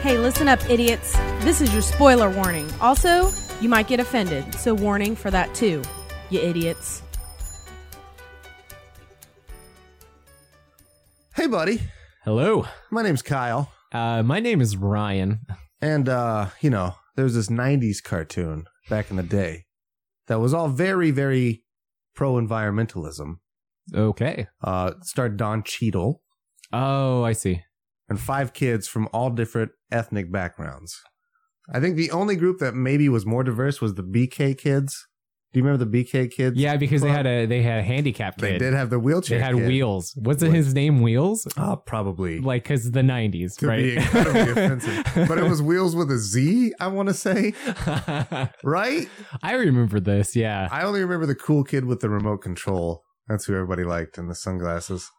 Hey, listen up, idiots. This is your spoiler warning. Also, you might get offended, so warning for that too, you idiots. Hey, buddy. Hello. My name's Kyle. Uh, my name is Ryan. And, uh, you know, there was this 90s cartoon back in the day that was all very, very pro environmentalism. Okay. Uh, it starred Don Cheadle Oh, I see. and five kids from all different ethnic backgrounds. I think the only group that maybe was more diverse was the BK kids. Do you remember the BK kids? Yeah, because they Well, had a they had a handicap They kid. did have the They wheelchair. had kid. wheels. Wasn't his name Wheels? Uh, probably. Like, cause the nineties, to right? be incredibly offensive. But it was wheels with a Z, I want to say, right? I remember this. Yeah. I only remember the cool kid with the remote control. That's who everybody liked and the sunglasses.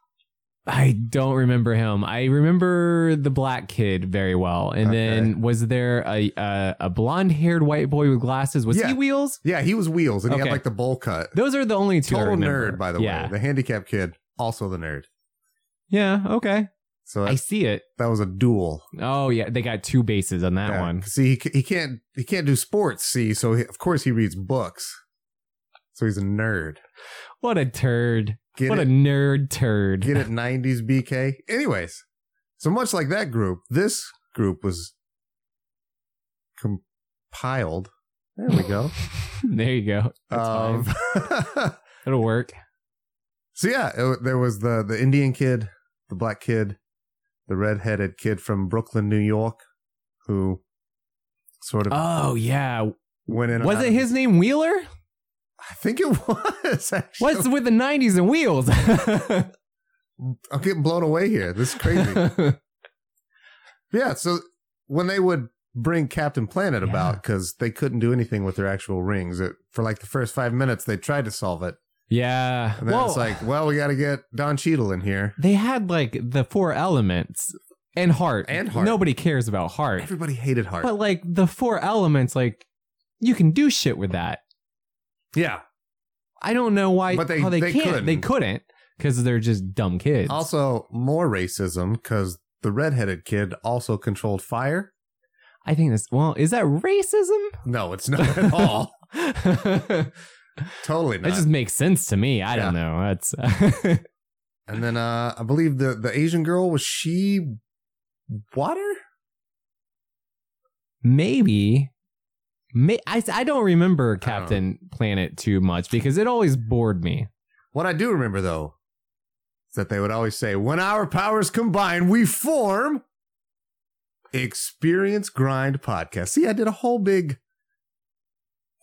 I don't remember him. I remember the black kid very well. And then was there a a, a blonde haired white boy with glasses? Was Yeah. he Wheels? Yeah, he was wheels and he had Okay. like the bowl cut. Those are the only two. I Total remember. nerd, by the Yeah. way. The handicap kid, also the nerd. Yeah. Okay. So I that, see it. that was a duel. Oh yeah, they got two bases on that Yeah. one. See, he, ca- he can't he can't do sports. See, so he, of course he reads books. So he's a nerd. What a turd. Get what it? a nerd turd. Get it? 90s BK. Anyways, so much like that group, this group was compiled. There we go. there you go. That's Um, fine. It'll work. so yeah, it, wa- there was the the Indian kid, the black kid, the redheaded kid from Brooklyn, New York, who sort of Oh yeah. went in. and Was out it of- his name Wheeler? I think it was. Actually. What's with the nineties and wheels? I'm getting blown away here. This is crazy. Yeah, so when they would bring Captain Planet Yeah. about because they couldn't do anything with their actual rings, it, for like the first five minutes they tried to solve it, yeah. and then well, it's like, well, we got to get Don Cheadle in here. they had like the four elements and heart. And heart. Nobody cares about heart. Everybody hated Hart. But like the four elements, like you can do shit with that. yeah. I don't know why But they- how they, they can't. couldn't. They couldn't because they're just dumb kids. Also, more racism because the redheaded kid also controlled fire. I think this. Well, is that racism? No, it's not at all. that totally not. just makes sense to me. I don't know. That's And then uh, I believe the the Asian girl was she water? maybe. May, I I don't remember Captain Planet too much because it always bored me. What I do remember though is that they would always say, when our powers combine, we form Experience Grind Podcast. See, I did a whole big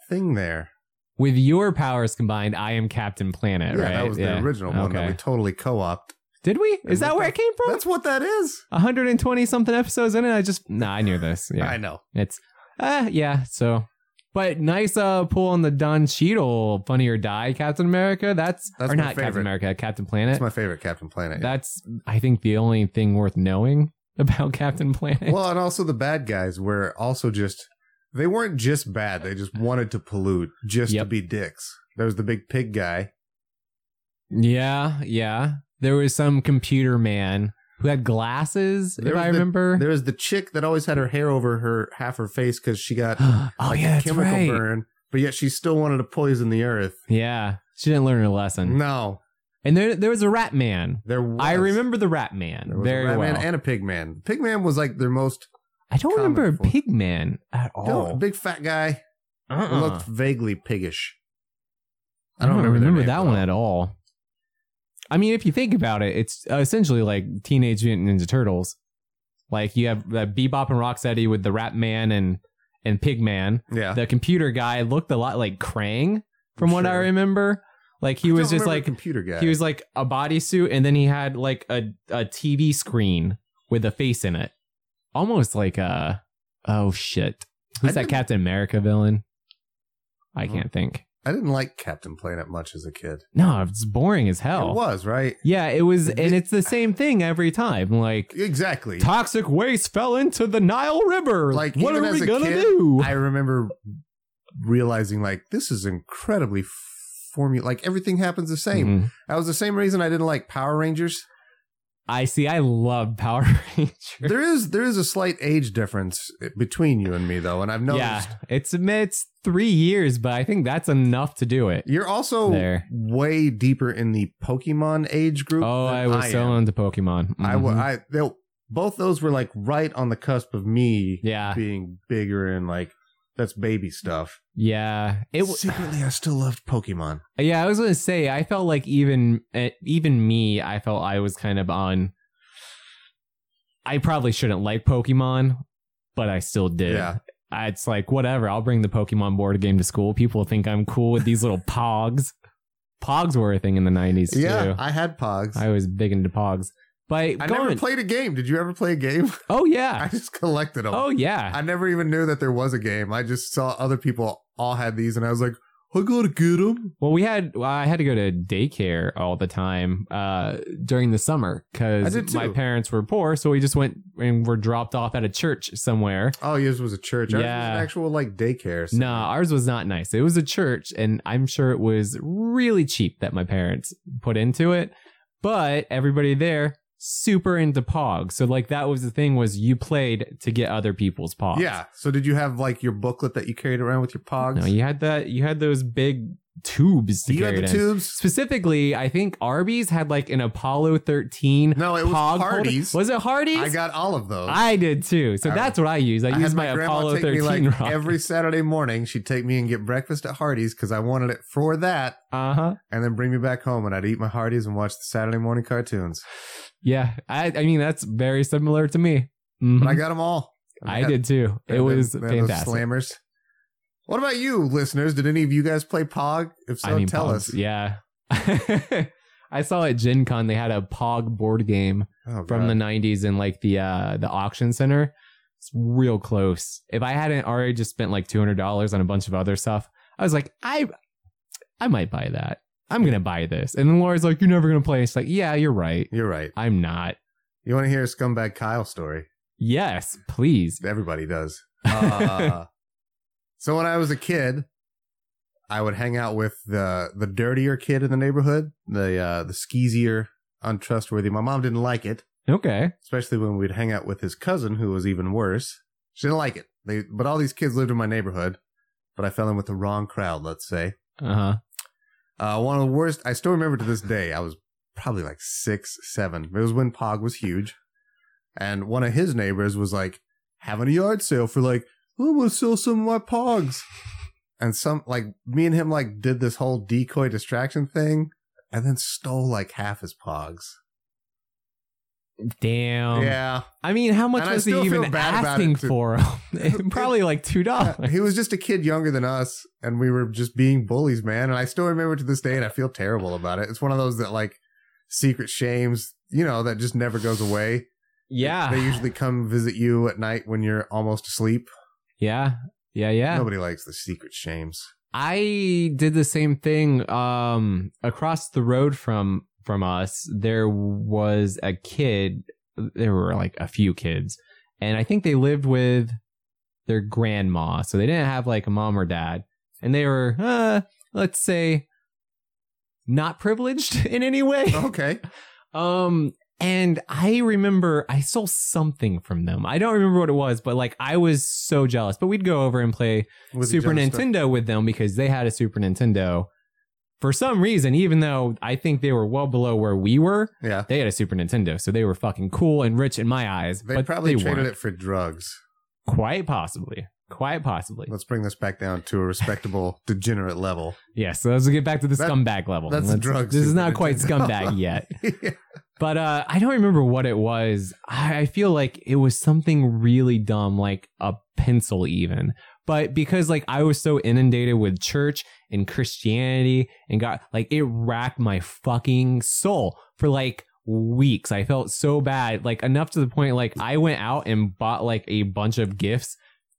thing there. With your powers combined, I am Captain Planet. yeah, right? that was the Yeah. original one that we totally co opted. Did we? And Is that what where the- it came from? That's what that is. 120 something episodes in it. I just nah. I knew this. Yeah, I know. it's uh yeah. So, but nice uh pull on the Don Cheadle, Funny or Die, Captain America. That's, That's or my not favorite. Captain America, Captain Planet. That's my favorite Captain Planet. That's, I think, the only thing worth knowing about Captain Planet. well, and also the bad guys were also just, they weren't just bad. They just wanted to pollute just to Yep. be dicks. There was the big pig guy. yeah, yeah. There was some computer man who had glasses, There if was I the- remember. There was the chick that always had her hair over her half her face because she got oh, like yeah, a that's chemical right. burn, but yet she still wanted to poison the earth. Yeah, she didn't learn her lesson. No, And there, there was a rat man. there was. I remember the rat man there was very a rat well. man and a pig man. Pig man was like their most I don't common remember a form. pig man at no, all. big fat guy who Oh. Uh-uh. looked vaguely piggish. I don't, their remember names that one at all. I mean, if you think about it, it's essentially like Teenage Mutant Ninja Turtles. Like you have uh, Bebop and Rocksteady with the Rat Man and and Pig Man. Yeah, The computer guy looked a lot like Krang, from what I Sure. remember. Like he I was don't remember just the like computer guy. he was like a bodysuit, and then he had like a a TV screen with a face in it, almost like a oh shit, who's I that didn't- Captain America villain? I Hmm. can't think. I didn't like Captain Planet much as a kid. No, it's boring as hell. It was right. Yeah, it was, and Did- it's the same thing every time. Like Exactly. toxic waste fell into the Nile River. Like, Like, what even are as we a gonna kid, do? I remember realizing like this is incredibly formula. Like everything happens the same. Mhm. That was the same reason I didn't like Power Rangers. I see. I love Power Rangers. There is there is a slight age difference eh, between you and me though, and I've noticed Yeah, it's it's three years, but I think that's enough to do it. you're also There. way deeper in the Pokemon age group. Oh, than I was I so am. into Pokemon. I wa- Mhm. I they, both those were like right on the cusp of me yeah, being bigger and like that's baby stuff. yeah. It w- secretly I still loved Pokemon. Yeah, I was gonna say I felt like even eh, even me, I felt I was kind of on. I probably shouldn't like Pokemon, but I still did. Yeah. I, it's like whatever. I'll bring the Pokemon board game to school. People think I'm cool with these little Pogs. Pogs were a thing in the '90s Yeah, too. I had Pogs. I, I, was big into Pogs, but never going. played a game. Did you ever play a game? oh I yeah, just collected them. oh yeah. I never even knew that there was a game. I just saw other people all had these, and I was like, I gotta get them. Well, we had well, I had to go to daycare all the time uh, during the summer I because did too. my parents were poor, so we just went and were dropped off at a church somewhere. Oh, yours was a church. Ours was an Yeah. actual like daycare. No, ours was not nice. It was a church, and I'm sure it was really cheap that my parents put into it. But everybody there super into Pog, so like that was the thing was you played to get other people's Pogs. Yeah. So did you have like your booklet that you carried around with your pogs? no, you had that. You had those big tubes to you carry had the it in. tubes. Specifically, I think Arby's had like an Apollo 13 No, it was Pog holder. parties. Was it Hardee's? I got all of those. I did too. So I that's what I used. I, I used my, Apollo 13 me like rocket. every Saturday morning. She'd take me and get breakfast at Hardee's because I wanted it for that, uh-huh. and then bring me back home and I'd eat my Hardee's and watch the Saturday morning cartoons. Yeah. I, I mean, that's very similar to me. But I Mhm. got them all. I, did too. It And was then- then those fantastic. Slammers. What about you, listeners? Did any of you guys play Pog? If so, I mean, tell Pogs, us. Yeah. I saw at Gen Con they had a Pog board game Oh, from God. the 90s in like the uh the auction center it's real close if i hadn't already just spent like $200 on a bunch of other stuff i was like i i might buy that i'm gonna buy this and then laura's like you're never gonna play it's like yeah you're right You're right. i'm not You want to hear a scumbag Kyle story? yes please Everybody does. Uh, so when I was a kid, I would hang out with the the dirtier kid in the neighborhood, the uh, the skeezier, untrustworthy. My mom didn't like it. okay especially when we'd hang out with his cousin, who was even worse. She didn't like it. They, but all these kids lived in my neighborhood, but I fell in with the wrong crowd, let's say. uh-huh Uh, one of the worst, I still remember to this day, I was probably like six, seven. It was when Pog was huge. And one of his neighbors was like having a yard sale for like, oh, I'm going to sell some of my Pogs. And some, like, me and him, like, did this whole decoy distraction thing and then stole like half his Pogs. damn yeah. i mean how much And I was he still feel even bad about asking it, too. for probably like two Yeah, dollars Uh, he was just a kid younger than us, and we were just being bullies, man. And I still remember to this day, and I feel terrible about it. It's one of those that like secret shames, you know, that just never goes away. yeah They usually come visit you at night when you're almost asleep. yeah yeah yeah Nobody likes the secret shames. I did the same thing um across the road from from us there was a kid there were like a few kids and I think they lived with their grandma so they didn't have like a mom or dad and they were uh let's say not privileged in any way Okay, um, and I remember I stole something from them. I don't remember what it was, but like I was so jealous. But we'd go over and play With each Super other's stuff. Nintendo with them because they had a Super Nintendo. For some reason, even though I think they were well below where we were, Yeah, they had a Super Nintendo, so they were fucking cool and rich in my eyes. they but probably they traded weren't. it for drugs. quite possibly, quite possibly. Let's bring this back down to a respectable degenerate level. Yeah, so let's get back to the That- scumbag level. that's Let's- drugs, This is Super not quite Nintendo. scumbag yet. yeah. But uh, I don't remember what it was. I, I feel like it was something really dumb, like a pencil, even. But because like I was so inundated with church and Christianity and God, like it racked my fucking soul for like weeks. I felt so bad, like enough to the point like I went out and bought like a bunch of gifts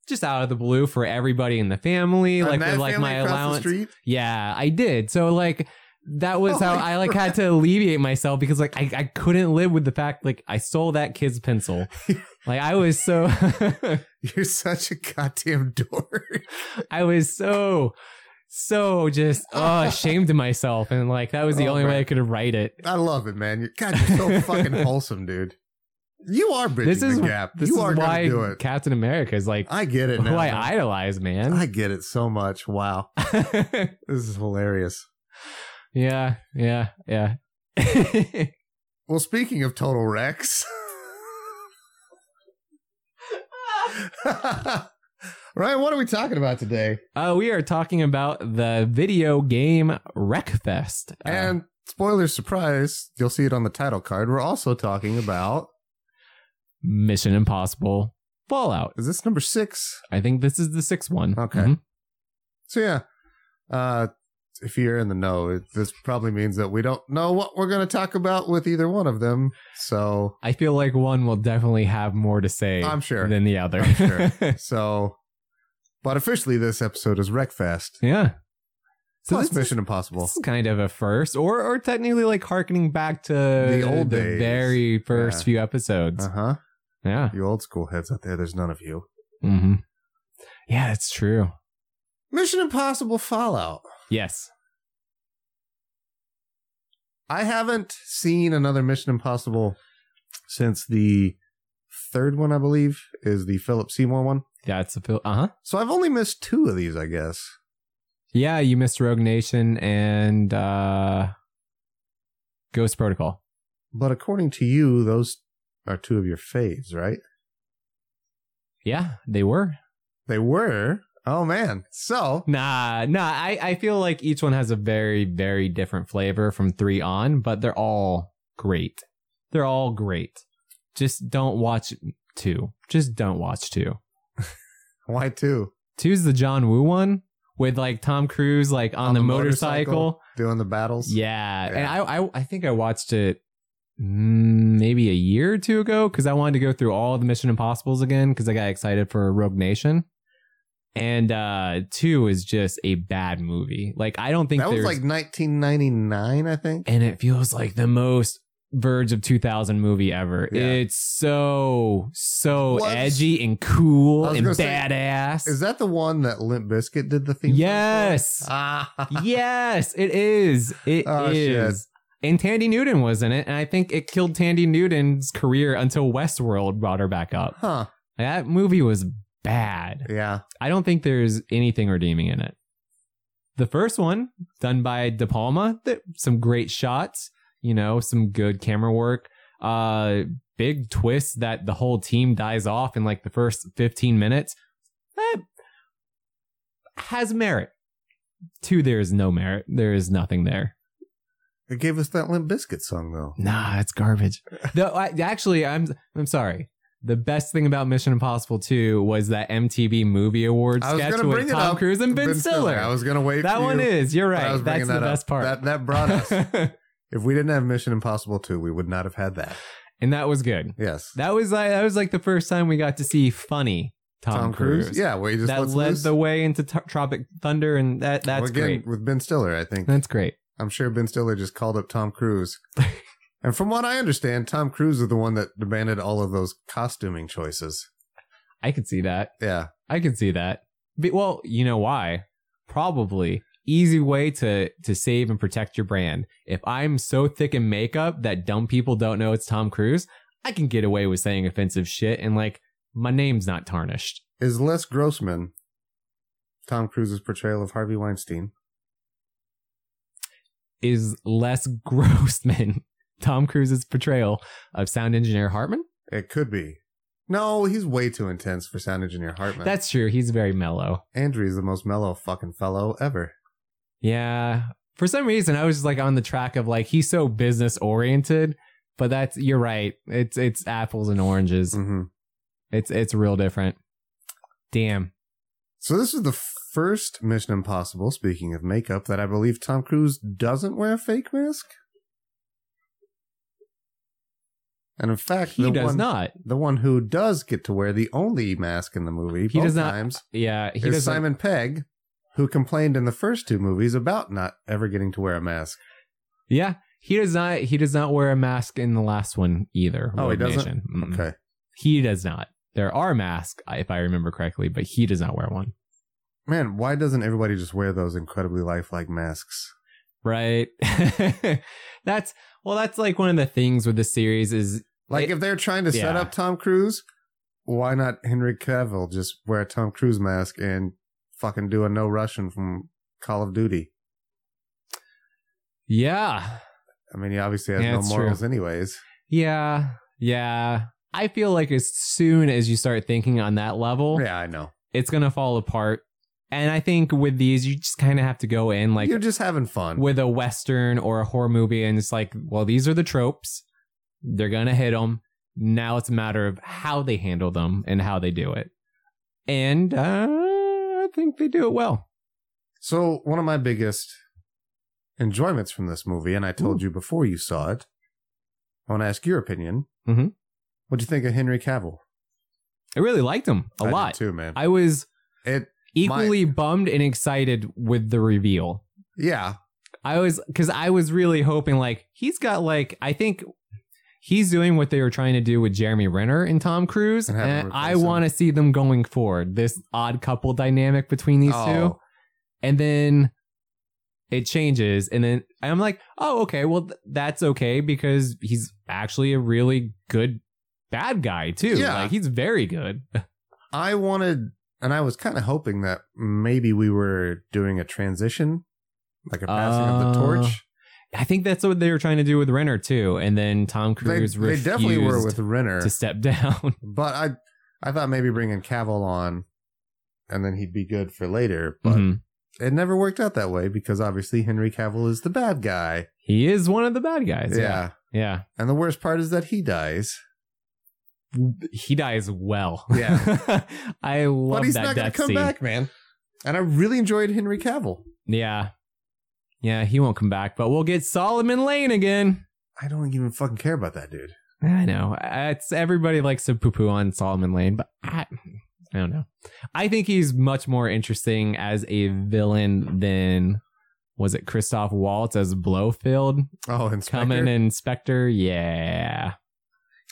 just out of the blue for everybody in the family, And like that for like family my across the allowance. street? Yeah, I did. So like that was Oh how my I like had to alleviate myself because like I, I couldn't live with the fact like I stole that kid's pencil. like I was so You're such a goddamn dork. I was so so just uh, ashamed of myself, and like that was the Oh, only way man. I could write it. I love it, man. You're, God, you're so fucking wholesome, dude. You are bridging This is the gap. This you is are why gonna do it. Captain America is like I get it who now. I idolize, man. I get it so much. Wow, this is hilarious. yeah, yeah, yeah. Well, speaking of total wrecks, Ryan, what are we talking about today? uh, we are talking about the video game Wreckfest. Uh, and spoiler surprise, you'll see it on the title card. We're also talking about Mission Impossible Fallout. is this number six? I think this is the sixth one. Okay. Mhm. So yeah, uh, if you're in the know, it, this probably means that we don't know what we're going to talk about with either one of them. So I feel like one will definitely have more to say I'm sure. than the other. I'm sure. so, but officially, this episode is Wreckfest yeah. So plus this is- Mission Impossible. This is kind of a first, or or technically like harkening back to the old the days. very first Yeah. few episodes. Uh huh. yeah, You old school heads out there, there's none of you. hmm yeah, it's true. Mission Impossible Fallout. Yes, I haven't seen another Mission Impossible since the third one, I believe, is the Philip Seymour one. that's a fil- uh huh. So I've only missed two of these, I guess. Yeah, you missed Rogue Nation and uh Ghost Protocol. But according to you, those are two of your faves, right? Yeah, they were. They were. Oh man. So Nah, nah. I I feel like each one has a very very different flavor from three on, but they're all great. They're all great. Just don't watch two. Just don't watch two. why two? Two's the John Woo one with like Tom Cruise like on, the, motorcycle. Doing the battles. Yeah. and Yeah. I, I I think I watched it mm, maybe a year or two ago because I wanted to go through all the Mission Impossible's again because I got excited for Rogue Nation. And uh two is just a bad movie. Like I don't think That was there's like 1999, I think. and it feels like the most verge of 2000 movie ever. Yeah. It's so so Was- edgy and cool I was and gonna say, badass. Is that the one that Limp Biscuit did the theme? song for? yes. Ah. yes, it is. It is. Oh, shit. And Tandy Newton was in it, and I think it killed Tandy Newton's career until Westworld brought her back up. Huh. That movie was bad. Yeah. I don't think there's anything redeeming in it. The first one, done by De Palma, th- some great shots, you know, some good camera work. Uh, big twist that the whole team dies off in like the first 15 minutes. That has merit. Two, there is no merit. There is nothing there. They gave us that Limp Biscuit song though. Nah, it's garbage. Though I, actually, I'm I'm sorry. The best thing about Mission Impossible 2 was that MTV Movie Awards I was sketch gonna with bring it Tom up. Cruise and Ben, Stiller. I was gonna wait. that for one you, is. You're but I right. was That's bringing the that up. best part. That that brought us. if we didn't have Mission Impossible 2, we would not have had that. and that was good. Yes. That was like that was like the first time we got to see funny Tom, Cruise. Yeah, where he just that lets led loose. the way into T- Tropic Thunder, and that that's Well, again, great. with Ben Stiller, I think. That's great. I'm sure Ben Stiller just called up Tom Cruise. and from what I understand, Tom Cruise is the one that demanded all of those costuming choices. I could see that. Yeah. I can see that. But, well, you know why? Probably easy way to to save and protect your brand. If I'm so thick in makeup that dumb people don't know it's Tom Cruise, I can get away with saying offensive shit and like my name's not tarnished. Is Les Grossman Tom Cruise's portrayal of Harvey Weinstein? Is less Grossman Tom Cruise's portrayal of sound engineer Hartman? It could be. No, he's way too intense for sound engineer Hartman. That's true. He's very mellow. Andrew is the most mellow fucking fellow ever. Yeah. For some reason, I was just like on the track of like he's so business oriented, but that's you're right. It's it's apples and oranges. Mm-hmm. It's it's real different. Damn. So this is the first Mission Impossible, speaking of makeup, that I believe Tom Cruise doesn't wear a fake mask. And in fact, He the does one, not. the one who does get to wear the only mask in the movie He both does not- times Yeah, he is does not Simon Pegg, who complained in the first two movies about not ever getting to wear a mask. Yeah, he does not. He does not wear a mask in the last one either. Oh, he Rogue doesn't? Nation. Mm-mm. Okay. He does not. There are masks, if I remember correctly, but he does not wear one. man, why doesn't everybody just wear those incredibly lifelike masks? right? that's well, that's like one of the things with the series is Like It- if they're trying to set yeah. up Tom Cruise, why not Henry Cavill just wear a Tom Cruise mask and fucking do a no Russian from Call of Duty? yeah, I mean, he obviously has Yeah, no it's morals, anyways. yeah, yeah. I feel like as soon as you start thinking on that level, Yeah, I know. it's gonna fall apart. And I think with these, you just kind of have to go in like You're just having fun. with a western or a horror movie, and it's like, well, these are the tropes. They're gonna hit them. Now it's a matter of how they handle them and how they do it. And uh, I think they do it well. So one of my biggest enjoyments from this movie, and I told you before you saw it, I want to ask your opinion. Mhm. What'd you think of Henry Cavill? I really liked them a I did lot. too, man. I was it, equally bummed and excited with the reveal. yeah, I was because I was really hoping like he's got like I think he's doing what they were trying to do with Jeremy Renner and Tom Cruise, And have him and I replace him. want to see them going forward. This odd couple dynamic between these two, Oh, and then it changes, and then I'm like, oh okay, well th- that's okay because he's actually a really good bad guy too. Yeah. Like he's very good. I wanted, and I was kind of hoping that maybe we were doing a transition, like a passing of the Uh, torch. I think that's what they were trying to do with Renner too, and then Tom They, Cruise they refused definitely were with Renner, to step down. but I, I thought maybe bringing Cavill on, and then he'd be good for later. But Mhm. it never worked out that way because obviously Henry Cavill is the bad guy. He is one of the bad guys. Yeah, yeah. yeah. And the worst part is that he dies. He dies well. Yeah. I love but he's that not going death to come scene. back, man. And I really enjoyed Henry Cavill. Yeah, yeah. He won't come back, but we'll get Solomon Lane again. I don't even fucking care about that dude. I know. It's everybody likes to poo poo on Solomon Lane, but I, I don't know. I think he's much more interesting as a villain than was it Christoph Waltz as Blowfield Oh, and coming Inspector? Yeah,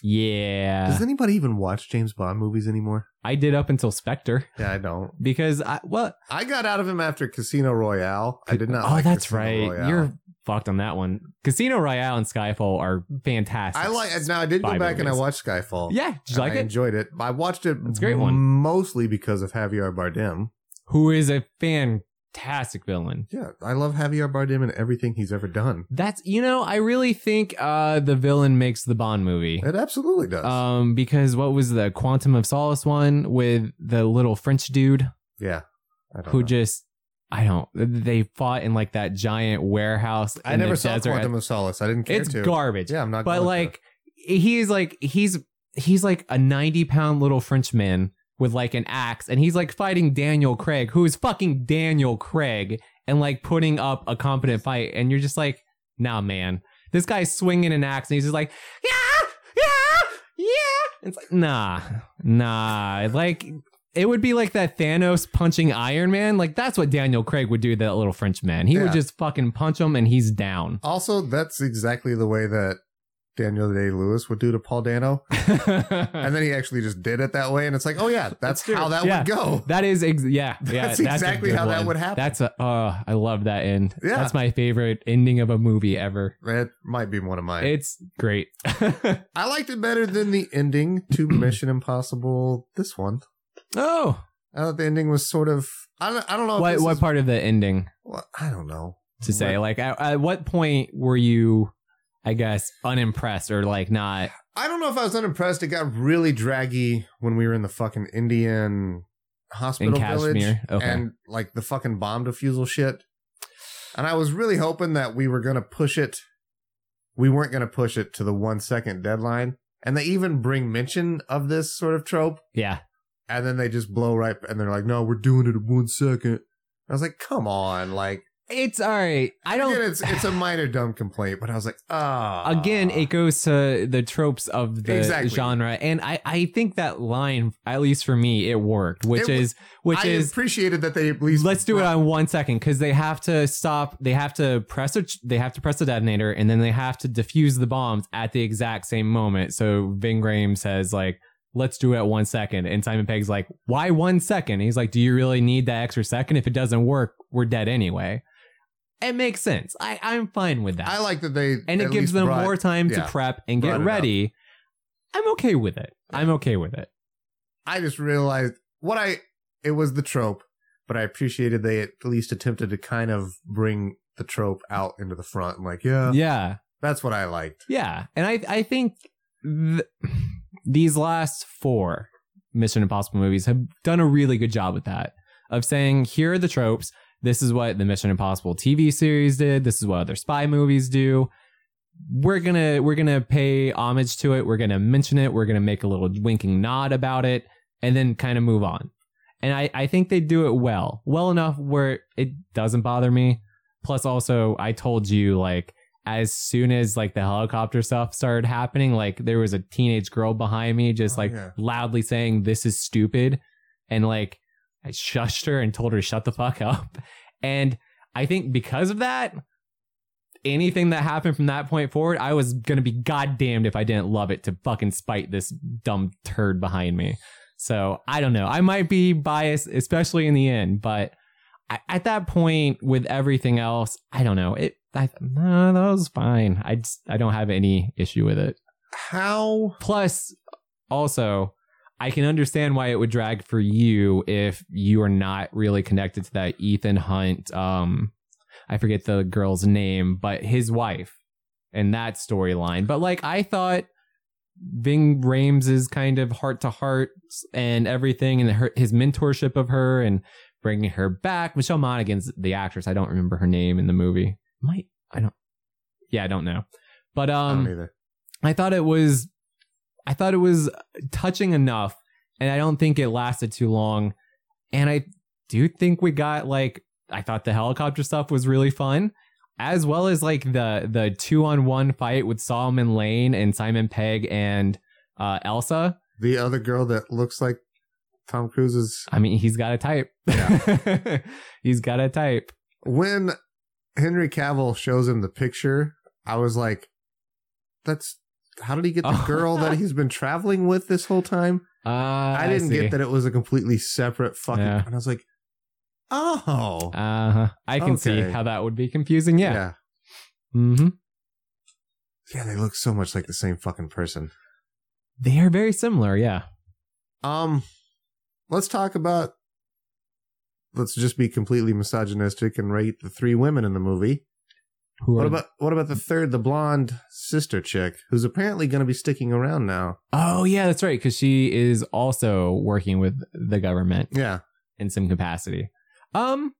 yeah. Does anybody even watch James Bond movies anymore? I did up until Spectre Yeah, I don't. because I well I got out of him after Casino Royale. I did not. Oh, like that's Casino right. Royale. You're fucked on that one. Casino Royale and Skyfall are fantastic. I like. Now I did go Spy back and I movies. watched Skyfall. Yeah, did you And like I it? enjoyed it. I watched it. That's a great one. Mostly because of Javier Bardem. Who is a fantastic villain? Yeah, I love Javier Bardem and everything he's ever done. That's you know I really think uh, the villain makes the Bond movie. It absolutely does. Um, because what was the Quantum of Solace one with the little French dude yeah. I don't who know. just I don't they fought in like that giant warehouse. I in never the saw desert. Quantum of Solace. I didn't care It's to. garbage. Yeah, I'm not. but going to. like he's like he's he's like a 90 pound little frenchman with like an axe and he's like fighting daniel craig who is fucking daniel craig and like putting up a competent fight and you're just like nah man this guy's swinging an axe and he's just like yeah yeah yeah it's like nah nah like it would be like that Thanos punching Iron Man. Like that's what Daniel Craig would do. to That little French man. He Yeah. would just fucking punch him, and he's down. Also, that's exactly the way that Daniel Day Lewis would do to Paul Dano, and then he actually just did it that way, and it's like, oh yeah, that's, That's true. how that Yeah. would go. That is ex- yeah, That's yeah. a exactly good how that would happen. That's a uh, I love that end. Yeah. That's my favorite ending of a movie ever. That might be one of mine. It's great. I liked it better than the ending to Mission Impossible. This one, oh, I thought the ending was sort of. I don't. I don't know. If what this what is- part of the ending well, I don't know. to say? Like, at, at what point were you, I guess, unimpressed or like not? I don't know if I was unimpressed. It got really draggy when we were in the fucking Indian hospital In village Kashmir? Okay. and like the fucking bomb defusal shit. And I was really hoping that we were gonna push it. We weren't gonna push it to the one second deadline. And they even bring mention of this sort of trope, Yeah, and then they just blow right and they're like, "No, we're doing it in one second. I was like, "Come on!" Like, it's all right. I again, don't. it's it's a minor dumb complaint, but I was like, "Ah." again it goes to the tropes of the Exactly. genre and I, I think that line at least for me it worked which It w- is which I is appreciated that they at least let's do it on one second because they have to stop they have to press a they have to press the detonator and then they have to defuse the bombs at the exact same moment so ving graham says like let's do it at one second. And Simon Pegg's like, why one second? And he's like, do you really need that extra second? If it doesn't work, we're dead anyway. It makes sense. I, I'm fine with that. I like that they and it at gives least them brought- more time yeah, to prep and get brought it up. ready. I'm okay with it. I'm okay with it. I just realized what I it was the trope, but I appreciated they at least attempted to kind of bring the trope out into the front. I'm like, yeah, yeah. that's what I liked. Yeah, and I I think th- these last four Mission Impossible movies have done a really good job with that of saying here are the tropes. This is what the Mission Impossible TV series did. This is what other spy movies do. We're gonna we're gonna pay homage to it. We're gonna mention it. We're gonna make a little winking nod about it, and then kind of move on. And I I think they do it well, well enough where it doesn't bother me. Plus, also I told you like as soon as like the helicopter stuff started happening, like there was a teenage girl behind me just Oh, like yeah. loudly saying, This is stupid. And like I shushed her and told her to shut the fuck up. And I think because of that, anything that happened from that point forward, I was gonna be goddamned if I didn't love it to fucking spite this dumb turd behind me. So I don't know. I might be biased, especially in the end, but I, at that point with everything else, I don't know. It I no, that was fine. I just, I don't have any issue with it. How Plus, also, I can understand why it would drag for you if you are not really connected to that Ethan Hunt. Um, I forget the girl's name, but his wife and that storyline. But like, I thought Ving Rames's kind of heart to heart and everything, and her, his mentorship of her and bringing her back. Michelle Monaghan's the actress. I don't remember her name in the movie. Might I don't. Yeah, I don't know. But I um, don't either. I thought it was I thought it was touching enough and I don't think it lasted too long. And I do think we got like I thought the helicopter stuff was really fun as well as like the the 2 on 1 fight with Solomon Lane and Simon Pegg and uh Elsa. The other girl that looks like Tom Cruise's I mean, he's got a type. he's got a type. when Henry Cavill shows him the picture, I was like, "That's how did he get the Oh. girl that he's been traveling with this whole time?" Uh, I didn't see. get that it was a completely separate fucking. Yeah. And I was like, "Oh, Uh-huh. I can see Okay. how that would be confusing. Yeah. yeah, Mhm. Yeah, They look so much like the same fucking person. They are very similar, yeah. Um, let's talk about. Let's just be completely misogynistic and rate the three women in the movie. Who What are- about what about the third, the blonde sister chick, who's apparently going to be sticking around now? Oh yeah, that's right. Because she is also working with the government Yeah, in some capacity. Um,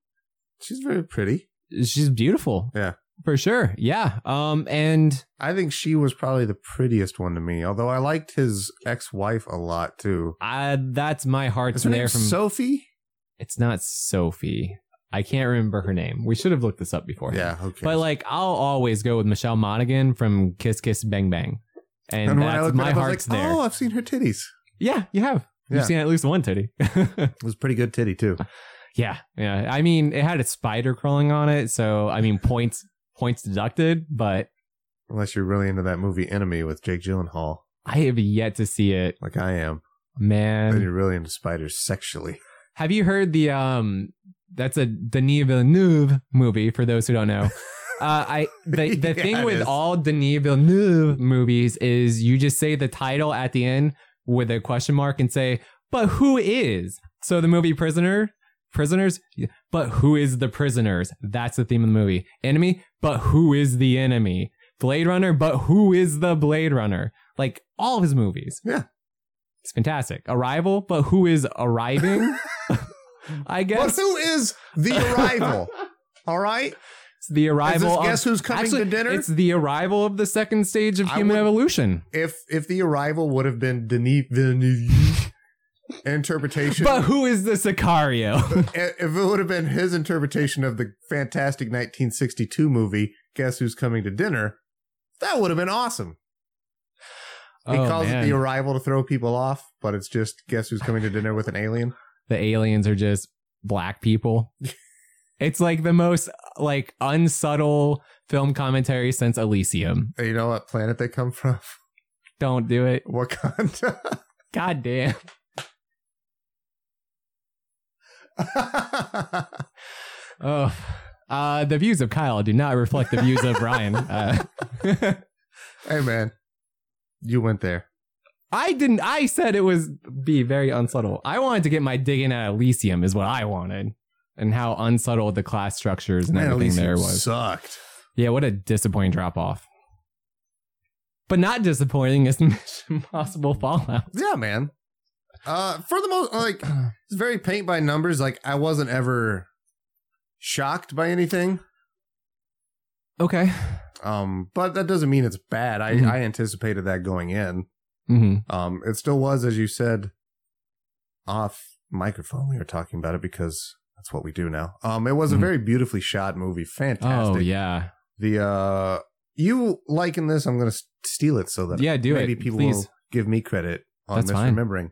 she's very pretty. she's beautiful. Yeah. for sure. Yeah. Um, and I think she was probably the prettiest one to me, although I liked his ex-wife a lot too. I that's my heart's Is her there name from. Sophie? it's not Sophie. I can't remember her name. We should have looked this up before. Yeah, okay. But like, I'll always go with Michelle Monaghan from Kiss Kiss Bang Bang, and, when I that's looked my it up, I was heart's like, there. Oh, I've seen her titties. Yeah, you have. You've Yeah. seen at least one titty. It was a pretty good titty too. Yeah, yeah. I mean, it had a spider crawling on it, so I mean, points points deducted. But Unless you're really into that movie Enemy with Jake Gyllenhaal, I have yet to see it, like I am. then man. you're really into spiders sexually. Have you heard the um? That's a Denis Villeneuve movie. For those who don't know, uh, I the the Yeah, thing it with is. all Denis Villeneuve movies is you just say the title at the end with a question mark and say, "But who is?" So the movie Prisoner. Prisoners, but who is the prisoners? That's the theme of the movie. Enemy, but who is the enemy? Blade Runner, but who is the Blade Runner? Like all of his movies. Yeah. It's fantastic. Arrival, but who is arriving? I But guess who is the arrival? All right? it's the Is arrival this of guess who's coming actually, to dinner? It's the arrival of the second stage of I human would- evolution. If if the arrival would have been Denis Villeneuve interpretation eh, But who is the Sicario? if it would have been his interpretation of the fantastic 1962 movie guess who's coming to dinner that would have been awesome he Oh, calls man. it the arrival to throw people off but it's just guess who's coming to dinner with an alien the aliens are just black people. it's like the most like unsubtle film commentary Uh, since Elysium. And you know what planet they come from Don't do it. wakanda God damn. Oh. Uh, the views of Kyle do not reflect the views of Ryan. Uh, hey man, you went there. I didn't. I said it was be very unsubtle. I wanted to get my dig in at Elysium, is what I wanted, and how unsubtle the class structures and Man, everything Elysium there was. sucked. yeah, what a disappointing drop off. But not disappointing is Mission Impossible Fallout. Yeah, man. Uh, for the most, like it's very paint by numbers. Like I wasn't ever shocked by anything. Okay. Um, but that doesn't mean it's bad. I, Mhm. I anticipated that going in. hmm Um, it still was, as you said, off microphone. We were talking about it because that's what we do now. Um, it was Mhm. a very beautifully shot movie. Fantastic. Oh yeah, The uh, you liking this? I'm gonna s- steal it so that yeah. Do maybe it. people Please. will give me credit on That's fine. misremembering.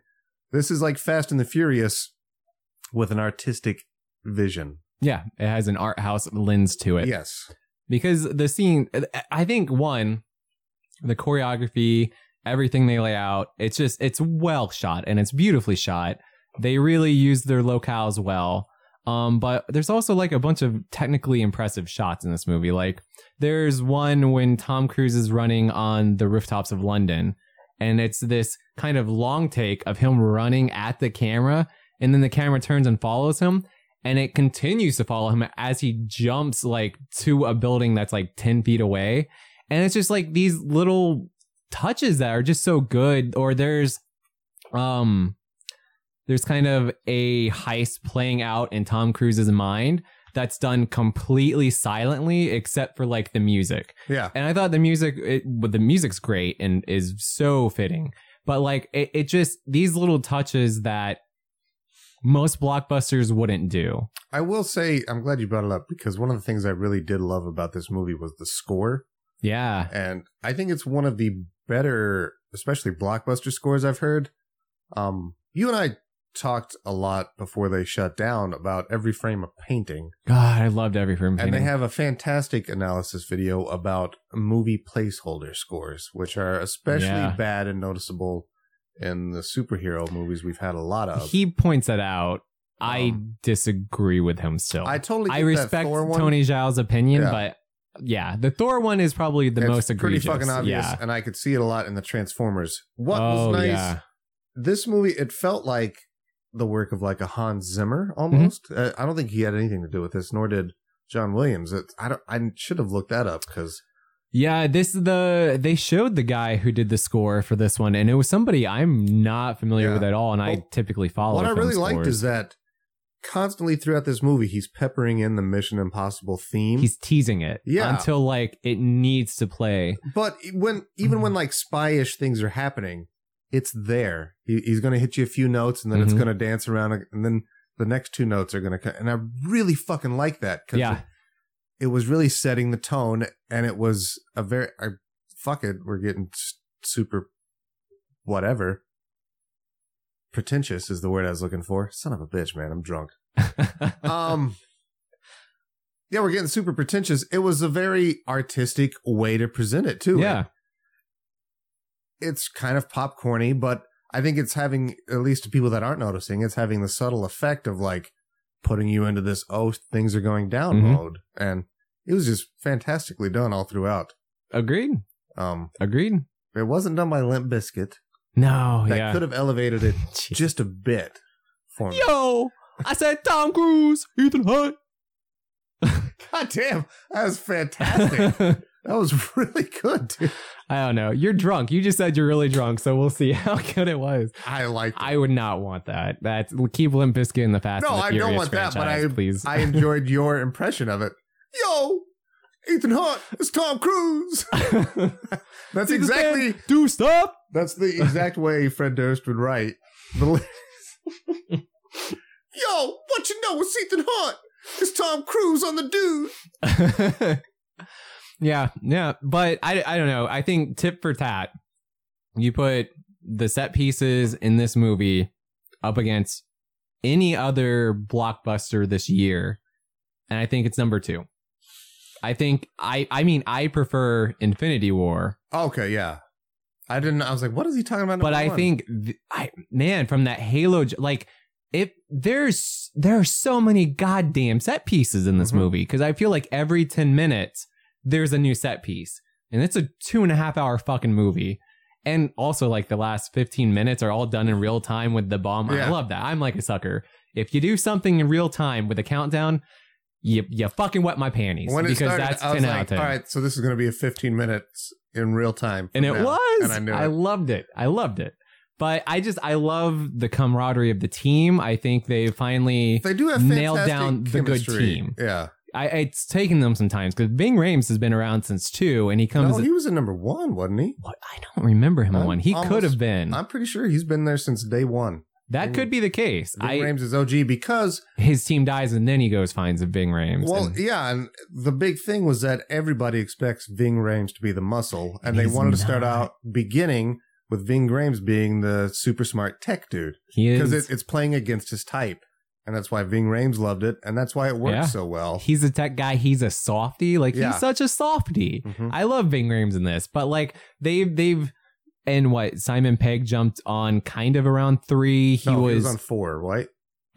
This is like Fast and the Furious with an artistic vision. Yeah, it has an art house lens to it. Yes. because the scene i think one the choreography everything they lay out it's just it's well shot and it's beautifully shot they really use their locales well um, but there's also like a bunch of technically impressive shots in this movie like there's one when tom cruise is running on the rooftops of london and it's this kind of long take of him running at the camera and then the camera turns and follows him and it continues to follow him as he jumps like to a building that's like 10 feet away and it's just like these little touches that are just so good or there's um there's kind of a heist playing out in tom cruise's mind that's done completely silently except for like the music Yeah. and I thought the music, it, well, the music's great and is so fitting. But like, it, it just these little touches that most blockbusters wouldn't do. I will say I'm glad you brought it up because one of the things I really did love about this movie was the score. Yeah, and I think it's one of the better, especially blockbuster scores I've heard. Um, you and I talked a lot before they shut down about every frame of painting, God, I loved every frame. and they painting. have a fantastic analysis video about movie placeholder scores, which are especially Yeah. bad and noticeable in the superhero movies we've had a lot of. he points that out. I uh, Um, disagree with him still. I totally. I get that respect Thor one. Tony Zhao's opinion, Yeah. but yeah, the Thor one is probably the It's most egregious. Pretty fucking obvious, Yeah. and I could see it a lot in the Transformers. What oh was nice yeah, this movie it felt like the work of like a Hans Zimmer almost. Uh, Mm-hmm. I don't think he had anything to do with this, nor did John Williams. It, I don't. I should have looked that up because yeah. This the they showed the guy who did the score for this one, and it was somebody I'm not familiar Yeah. with at all, and I Well, typically follow. what I film really liked scores. is that constantly throughout this movie he's peppering in the Mission Impossible theme. he's teasing it Yeah. until like it needs to play but when even Mm-hmm. when like spy-ish things are happening, it's there. He, he's going to hit you a few notes, and then it's Mhm. going to dance around, and then the next two notes are going to. And I really fucking like that. 'cause yeah it was really setting the tone and it was a very I, fuck it we're getting s- super whatever pretentious is the word i was looking for son of a bitch man i'm drunk um yeah we're getting super pretentious it was a very artistic way to present it too yeah it's kind of popcorny but i think it's having at least to people that aren't noticing it's having the subtle effect of like putting you into this oh things are going down Mhm. mode and it was just fantastically done all throughout agreed Um, agreed it wasn't done by Limp Biscuit. no that Oh, yeah could have elevated it Jeez. just a bit for me. yo i said tom cruise ethan hunt God damn, that was fantastic. that was really good, dude. i don't know you're drunk you just said you're really drunk so we'll see how good it was I liked. It. i would not want that that's keep limp bizkit in the fast No, and the I don't Furious want that, but I- franchise, please I enjoyed your impression of it. Yo, Ethan Hunt, it's Tom Cruise. That's He's a fan. exactly. do stop That's the exact way Fred Durst would write the lyrics. Yo, what you know? It's Ethan Hunt. It's Tom Cruise on the dude. yeah, yeah, but I I don't know. I think tip for tat, you put the set pieces in this movie up against any other blockbuster this year, and I think it's number two. I think I I mean I prefer Infinity War Okay, yeah. I didn't. I was like, what is he talking about? but number I one? think th- I man from that Halo j- like it there's there are so many goddamn set pieces in this Mhm. movie because I feel like every ten minutes there's a new set piece and it's a two and a half hour fucking movie. And also, like the last 15 minutes are all done in real time with the bomb. I Yeah. love that. I'm like a sucker. If you do something in real time with a countdown, you you fucking wet my panties when it because started, that's I 10 was out of like, 10. all right, so this is going to be a 15 minutes in real time, And it from now." was. and I knew it. loved it. I loved it. But I just I love the camaraderie of the team. I think they finally They do have nailed fantastic down the good chemistry. team. Yeah, I it's taken them some times because Bing Rames has been around since two and he comes no, he was in number one, wasn't he? what, I don't remember him on I'm one. He could almost- have been. I'm pretty sure he's been there since day one. that could be the case. Bing I Rames is OG because his team dies and then he goes finds a Bing Rames. well, and yeah, and the big thing was that everybody expects Ving Rames to be the muscle, and they He's wanted to start not. out beginning with Ving Rames being the super smart tech dude he because is it, it's playing against his type, and that's why Ving Rames loved it, and that's why it worked Yeah. so well. he's a tech guy, he's a softy. Like Yeah. he's such a softy. Mhm. Mm-hmm. I love Bing Rames in this, but like they've they've and what Simon Pegg jumped on kind of around three. He No, was, on four, right?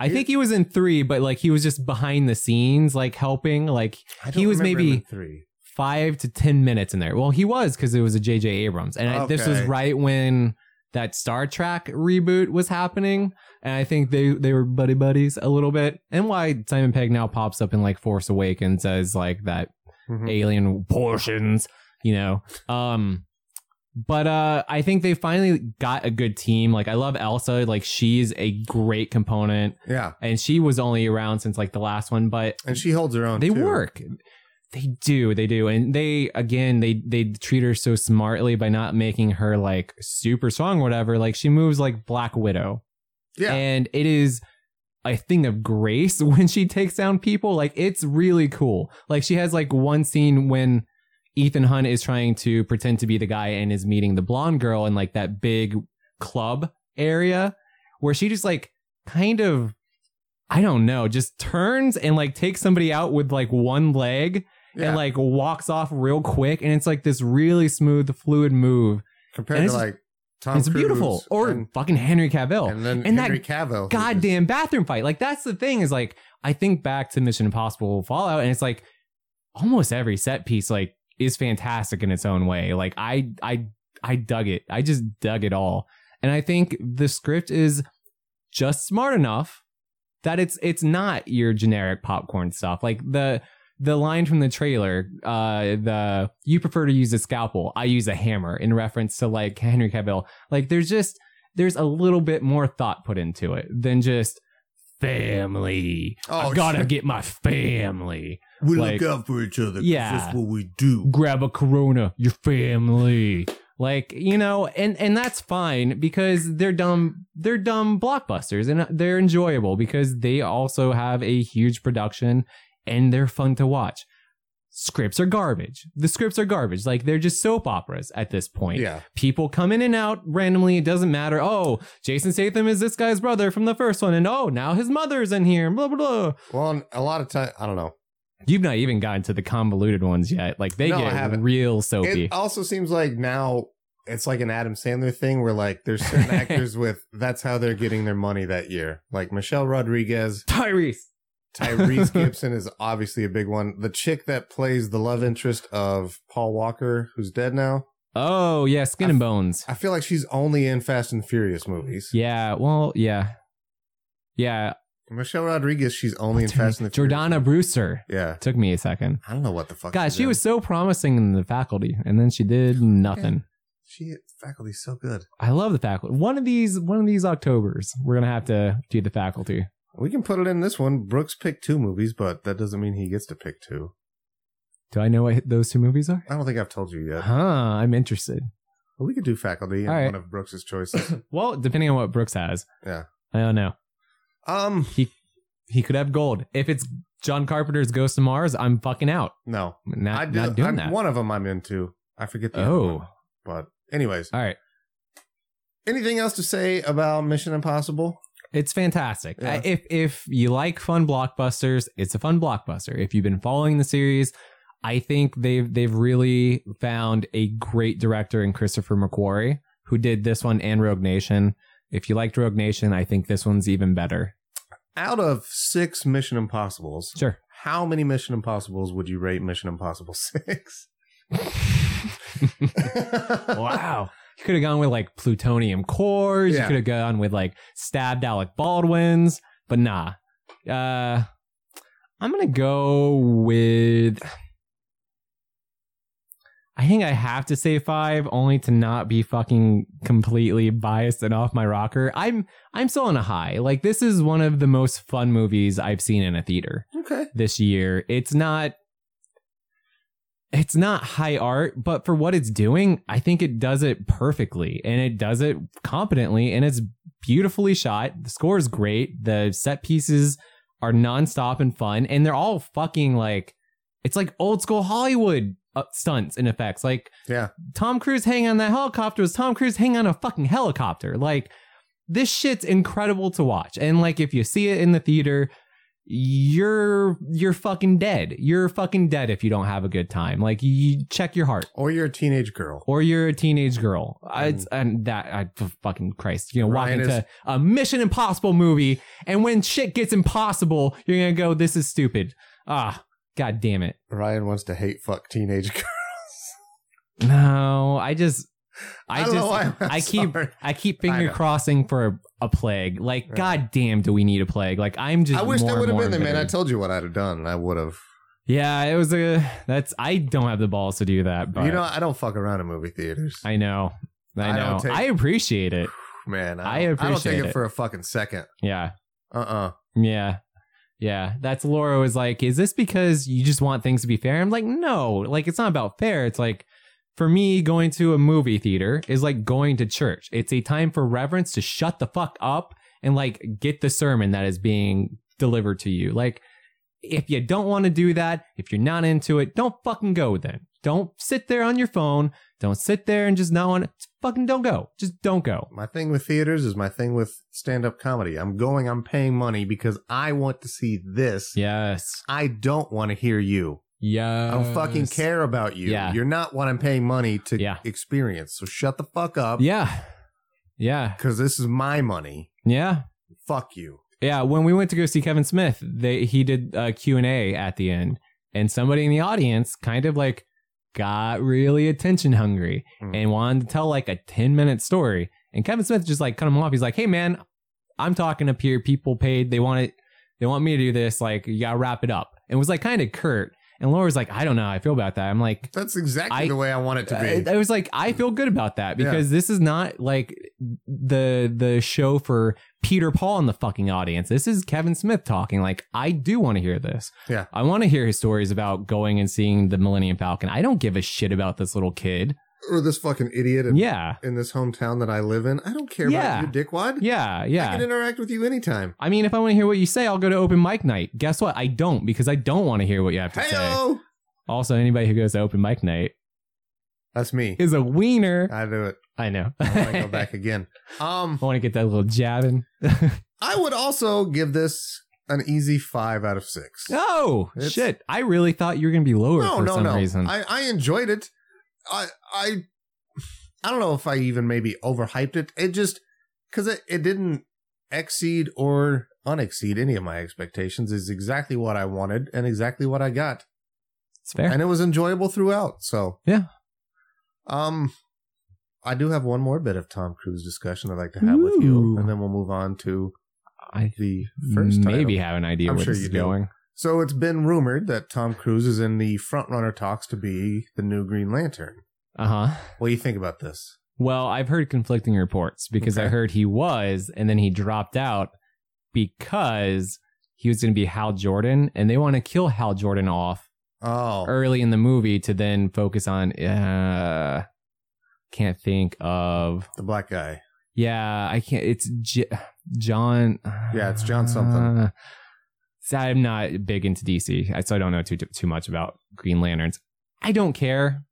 I think he was in three, but like he was just behind the scenes, like helping. Like I He was remember him maybe- in three. five to ten minutes in there. Well, he was because it was a J.J. Abrams, and I, this was Okay. right when that Star Trek reboot was happening, and I think they they were buddy buddies a little bit. And why Simon Pegg now pops up in like Force Awakens as like that Mhm. alien portions, you know. Um but uh I think they finally got a good team. Like I love Elsa, like she's a great component Yeah, and she was only around since like the last one, but and she holds her own. they too. work. They do, they do. And they again, they they treat her so smartly by not making her like super strong or whatever. Like she moves like Black Widow. Yeah, And it is a thing of grace when she takes down people. Like it's really cool. Like she has like one scene when Ethan Hunt is trying to pretend to be the guy and is meeting the blonde girl in like that big club area where she just like kind of I don't know, just turns and like takes somebody out with like one leg yeah. and like walks off real quick and it's like this really smooth fluid move. compared and to it's- like Tom it's Cruise beautiful. Or and, fucking Henry Cavill. and then and that Henry Cavill. who just- goddamn bathroom fight. Like that's the thing is like I think back to Mission Impossible Fallout and it's like almost every set piece like is fantastic in its own way. Like I I I dug it. I just dug it all. And I think the script is just smart enough that it's it's not your generic popcorn stuff. Like the the line from the trailer, uh, the you prefer to use a scalpel, I use a hammer in reference to like Henry Cavill. Like there's just there's a little bit more thought put into it than just family. Oh, I gotta get my family. We Like- look out for each other. 'cause Yeah. That's what we do. Grab a Corona, your family. Like you know, and and that's fine because they're dumb. They're dumb blockbusters, and uh, they're enjoyable because they also have a huge production and they're fun to watch. Scripts are garbage. The scripts are garbage. Like they're just soap operas at this point. Yeah. people come in and out randomly. It doesn't matter. Oh, Jason Statham is this guy's brother from the first one, and oh, now his mother's in here. Blah blah blah. Well, and a lot of time, I don't know. You've not even gotten to the convoluted ones yet. Like they No, I get haven't. real soapy. It also seems like now it's like an Adam Sandler thing where like there's certain actors with that's how they're getting their money that year. Like Michelle Rodriguez, Tyrese. Tyrese Gibson is obviously a big one. The chick that plays the love interest of Paul Walker, who's dead now, Oh yeah, Skin I- and Bones. I feel like she's only in Fast and Furious movies. Yeah. Well, yeah, yeah. Michelle Rodriguez, she's only in Fast and the Furious. Oh, Jordana Brewster. Yeah. Took me a second. I don't know what the fuck. God, she's she in. was so promising in the faculty, and then she did nothing. She faculty's so good. I love the faculty. One of these, one of these Octobers, we're gonna have to do the faculty. We can put it in this one. Brooks picked two movies, but that doesn't mean he gets to pick two. Do I know what those two movies are? I don't think I've told you yet. Huh, I'm interested. But we could do faculty and All right. one of Brooks's choices. Well, depending on what Brooks has. Yeah. I don't know. um, He could have gold. If it's John Carpenter's Ghost of Mars, I'm fucking out. no, Not, I do, not doing I'm- that. One of them I'm into. I forget the other oh. one. But anyways, All right. anything else to say about Mission Impossible? It's fantastic. Yeah. I- if if you like fun blockbusters, it's a fun blockbuster. If you've been following the series, I think they've they've really found a great director in Christopher McQuarrie, who did this one and Rogue Nation. If you liked Rogue Nation, I think this one's even better. Out of six Mission Impossibles, Sure. how many Mission Impossibles would you rate Mission Impossible Six? wow. You could have gone with like plutonium cores. You Yeah. could have gone with like stabbed Alec Baldwin's, but nah. Uh, I'm gonna go with. I think I have to say five, only to not be fucking completely biased and off my rocker. I'm I'm still on a high. Like this is one of the most fun movies I've seen in a theater Okay. this year. It's not it's not high art, but for what it's doing, I think it does it perfectly and it does it competently and it's beautifully shot. The score is great. The set pieces are nonstop and fun and they're all fucking like it's like old school Hollywood uh, stunts and effects. Like Yeah. Tom Cruise hang on that helicopter was Tom Cruise hang on a fucking helicopter. Like this shit's incredible to watch. And like if you see it in the theater, you're you're fucking dead. You're fucking dead if you don't have a good time. Like you check your heart. Or you're a teenage girl. Or you're a teenage girl. I, Mm. it's, and that, I f- fucking Christ, you know, walk Ryan is- into a Mission Impossible movie, and when shit gets impossible, you're gonna go, "This is stupid." Ah, god damn it. Ryan wants to hate fuck teenage girls. No, I just, I, don't just, know why I'm I keep- sorry. I keep I finger know. crossing for a, a plague. Like, Right. god damn, do we need a plague? Like, I'm just. I wish more I and would have more been there, man. I embittered. told you what I'd have done. and I would have. yeah, it was a. That's. I don't have the balls to do that, but You know, I don't fuck around in movie theaters. I know. I I don't know. I, take- appreciate it. man, I I, don't- I don't appreciate take it, it. for a fucking second. Yeah. Uh uh Yeah. Yeah. That's Laura was like, is this because you just want things to be fair? I'm like, no. Like, it's not about fair. It's like, for me, going to a movie theater is like going to church. It's a time for reverence to shut the fuck up and like get the sermon that is being delivered to you. Like, if you don't want to do that, if you're not into it, don't fucking go then. Don't sit there on your phone. Don't sit there and just not want to fucking don't go. Just don't go. My thing with theaters is my thing with stand up comedy. I'm going, I'm paying money because I want to see this. Yes. I don't want to hear you. Yeah. I don't fucking care about you. Uh, Yeah. You're not what I'm paying money to Yeah. experience. So shut the fuck up. Yeah. Yeah. Because this is my money. Yeah. Fuck you. Yeah, when we went to go see Kevin Smith, they he did a Q&A at the end and somebody in the audience kind of like got really attention hungry Mm. and wanted to tell like a 10-minute story and Kevin Smith just like cut him off. He's like, "Hey man, I'm talking up here. People paid. They want it. They want me to do this. Like, you got to wrap it up." And was like kind of curt. And Laura's like, "I don't know. how I feel about that." I'm like, That's exactly I- the way I want it to be. I, I was like, I feel good about that because this is not like the the show for Peter Paul in the fucking audience. This is Kevin Smith talking. Like, I do want to hear this. Yeah. I want to hear his stories about going and seeing the Millennium Falcon. I don't give a shit about this little kid. or this fucking idiot in, Yeah, in this hometown that I live in. I don't care Yeah. about you, dickwad. yeah, I can yeah. interact with you anytime. I mean, if I want to hear what you say, I'll go to open mic night. Guess what? I don't because I don't want to hear what you have to say. Heyo! Also, anybody who goes to open mic night That's me. is a wiener. I do it. I know. I want to go back again. Um, I want to get that little jab in. I would also give this an easy five out of six. Oh It's- shit! I really thought you were gonna be lower no, for no, some no. reason. I, I enjoyed it. I, I, I don't know if I even maybe overhyped it. It just because it, it didn't exceed or unexceed any of my expectations. Is exactly what I wanted and exactly what I got, it's fair. and it was enjoyable throughout. So Yeah. Um, I do have one more bit of Tom Cruise discussion I'd like to have with Ooh. you, and then we'll move on to I the first title. maybe have an idea I'm where sure this you is do. going. So it's been rumored that Tom Cruise is in the frontrunner talks to be the new Green Lantern. Uh huh. What do you think about this? Well, I've heard conflicting reports because I Okay. heard he was, and then he dropped out because he was gonna be Hal Jordan, and they want to kill Hal Jordan off Oh, early in the movie to then focus on. Uh, can't think of. the black guy. Yeah, I can't. It's J- John. Yeah, it's John something. Uh, so I'm not big into DC, I- so I don't know too too much about Green Lanterns. I don't care.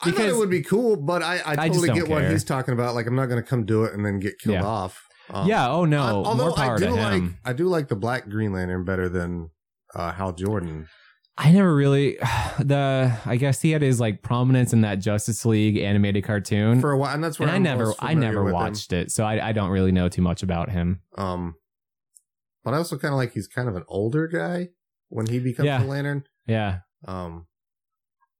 I thought Because- it would be cool, but I, I I just totally don't get what care. he's talking about. Like, I'm not going to come do it and then get killed Yeah. off. Um, yeah. Oh no. I- although more power I do to like him. I do like the black Green Lantern better than uh, Hal Jordan. I never really the I guess he had his like prominence in that Justice League animated cartoon. for a while, and that's where and I I'm never most I familiar never with him. watched it, so I I don't really know too much about him. Um, but I also kind of like he's kind of an older guy when he becomes Yeah. the Lantern. Yeah. Um,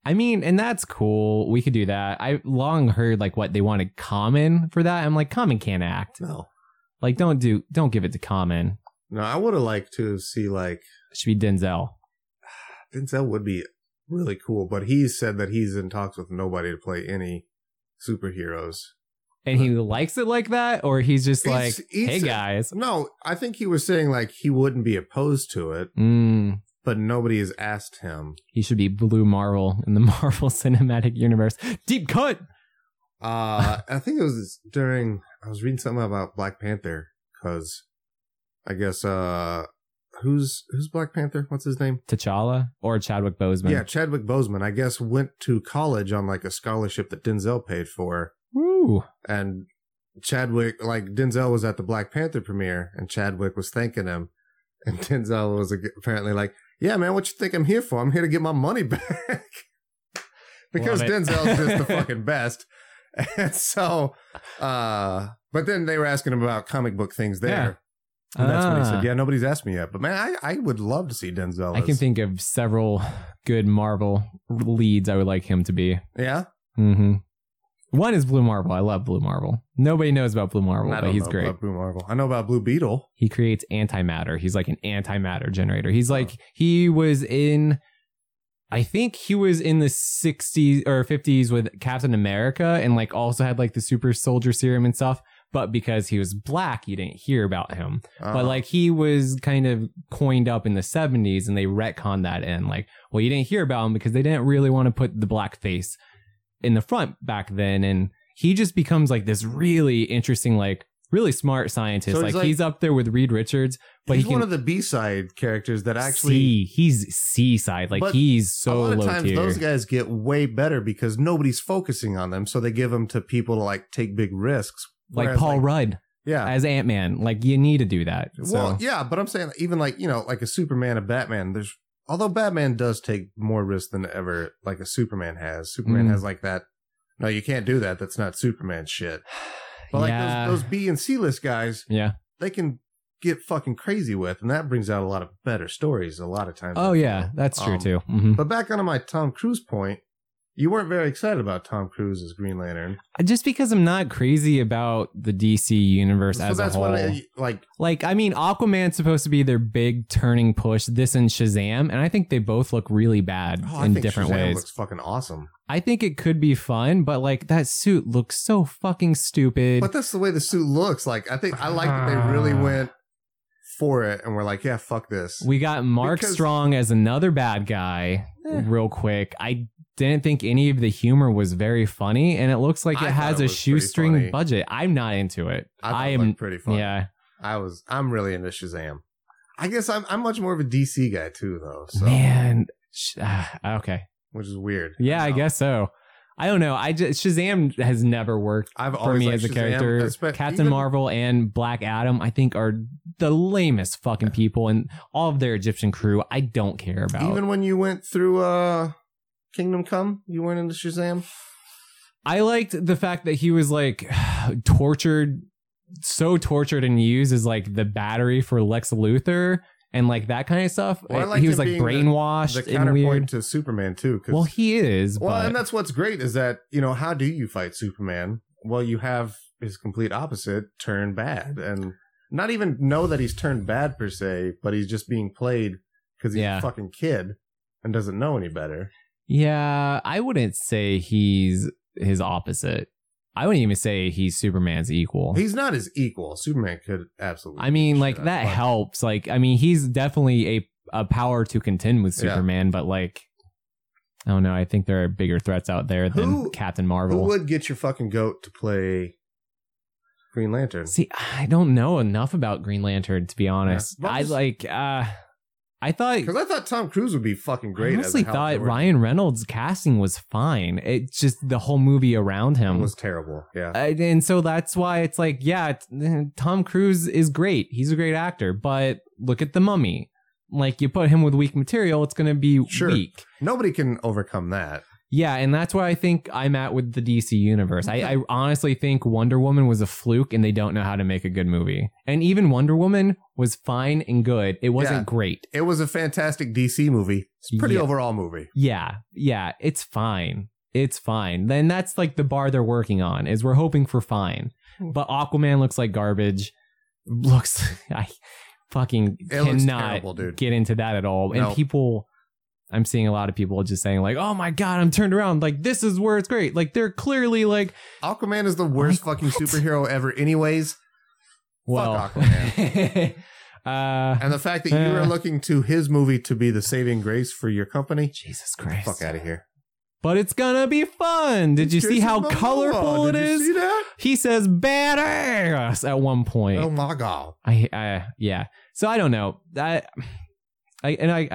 I mean, and that's cool. We could do that. I long heard like what they wanted Common for that. I'm like, Common can't act. no, Like, don't do, don't give it to Common. no, I would have liked to see like It should be Denzel. Denzel would be really cool, but he said that he's in talks with nobody to play any superheroes. And he likes it like that, or he's just It's- like, it's- hey guys. No, I think he was saying like he wouldn't be opposed to it, Mm, but nobody has asked him. he should be Blue Marvel in the Marvel Cinematic Universe. Deep cut. Uh, I think it was during I was reading something about Black Panther because I guess uh, who's who's Black Panther? What's his name? T'Challa or Chadwick Boseman. Yeah, Chadwick Boseman. I guess went to college on like a scholarship that Denzel paid for, Woo. and Chadwick like Denzel was at the Black Panther premiere, and Chadwick was thanking him, and Denzel was ag- apparently like, "Yeah, man, what you think I'm here for? I'm here to get my money back." because Love it. Denzel's just the fucking best. And so, uh, but then they were asking him about comic book things there. And that's when he Ah. said, Yeah, nobody's asked me yet. But man, I, I would love to see Denzel. I can as- think of several good Marvel leads I would like him to be. Yeah. hmm One is Blue Marvel. I love Blue Marvel. Nobody knows about Blue Marvel, I but don't he's know great. About Blue Marvel. I know about Blue Beetle. He creates antimatter. He's like an antimatter generator. He's like he was in. I think he was in the 60s or 50s with Captain America and like also had like the super soldier serum and stuff. But because he was black, you didn't hear about him Uh, but like he was kind of coined up in the 70s and they retconned that in like well you didn't hear about him because they didn't really want to put the black face in the front back then and he just becomes like this really interesting like really smart scientist So he's like, like- he's up there with reed richards Uh, but he's he can one of the B side characters that actually. see he's c side like But he's a so lot of low times tier those guys get way better because nobody's focusing on them, so they give them to people to like take big risks. like Whereas, paul rudd yeah, as ant-man like you need to do that so Well, yeah, but I'm saying even like you know, like a Superman, a Batman. There's although Batman does take more risk than ever, like a Superman has. Superman Mm. has like that. No, you can't do that. That's not Superman shit. But like Yeah. those, those B and C list guys, yeah they can get fucking crazy with, and that brings out a lot of better stories a lot of times. oh yeah that's true Um, too Mhm. But back onto my Tom Cruise point, you weren't very excited about Tom Cruise as Green Lantern. just because I'm not crazy about the DC universe as a whole. what I, like like, I mean, Aquaman's supposed to be their big turning push. This and Shazam, and I think they both look really bad oh, I in think different Shazam ways. looks fucking awesome. I think it could be fun, but like that suit looks so fucking stupid. But that's the way the suit looks. Like I think I like that they really Ah. went for it and were like, yeah, fuck this. we got Mark Because- Strong as another bad guy, Eh. real quick. I didn't think any of the humor was very funny, and it looks like I it thought has it a was pretty funny. shoestring budget. I'm not into it. I, thought I it am- looked pretty fun. Yeah. I was. I'm really into Shazam. I guess I'm. I'm much more of a DC guy too, though. So Man. Sh- ah, okay. which is weird. Yeah, I know. guess so. I don't know. I just Shazam has never worked I've for always me liked as a Shazam, character. espe- Captain even- Marvel and Black Adam, I think, are the lamest fucking people, and all of their Egyptian crew, I don't care about. Even when you went through uh Kingdom Come, you went into Shazam. I liked the fact that he was like tortured, so tortured and used as like the battery for Lex Luthor and like that kind of stuff. Well, I Uh, liked he him was like being the- brainwashed The and counterpoint weird. to Superman too. 'cause- Well, he is. well, but and that's what's great is that you know how do you fight Superman? Well, you have his complete opposite turn bad, and not even know that he's turned bad per se, but he's just being played because he's Yeah. a fucking kid and doesn't know any better. Yeah, I wouldn't say he's his opposite. I wouldn't even say he's Superman's equal. He's not his equal. Superman could absolutely. I mean, beat like shit out that of Clark. helps. Like, I mean, he's definitely a a power to contend with Yeah. Superman, but like, I don't know. I think there are bigger threats out there than Who- Captain Who Marvel. would get your fucking goat to play Green Lantern? See, I don't know enough about Green Lantern to be honest. Well, I just- like. uh I thought. Because I thought Tom Cruise would be fucking I great. as honestly Hal thought Jordan. Ryan Reynolds' casting was fine. It just the whole movie around him was terrible. Yeah. I- Uh, and so that's why it's like, yeah, t- Tom Cruise is great. He's a great actor, but look at the Mummy. like you put him with weak material, it's gonna be Sure. weak. Nobody can overcome that. Yeah, and that's where I think I'm at with the DC universe. I, I honestly think Wonder Woman was a fluke, and they don't know how to make a good movie. And even Wonder Woman was fine and good. It wasn't Yeah. great. It was a fantastic DC movie. It's a pretty Yeah. overall movie. Yeah, yeah, it's fine. It's fine. Then that's like the bar they're working on is we're hoping for fine. But Aquaman looks like garbage. Looks I fucking It looks cannot terrible, dude. get into that at all. No. And people I'm seeing a lot of people just saying like, "Oh my god, I'm turned around. Like this is where it's great." Like they're clearly like, Aquaman is the worst Like, fucking what? superhero ever, anyways. well, uh And the fact that you Uh. are looking to his movie to be the saving grace for your company, Jesus Christ. fuck out of here. But it's gonna be fun. Did you see Jason how Momoa, colorful it Oh, did you is? see that? He says badass at one point. Oh my god! I, I yeah. So I don't know. I, I and I.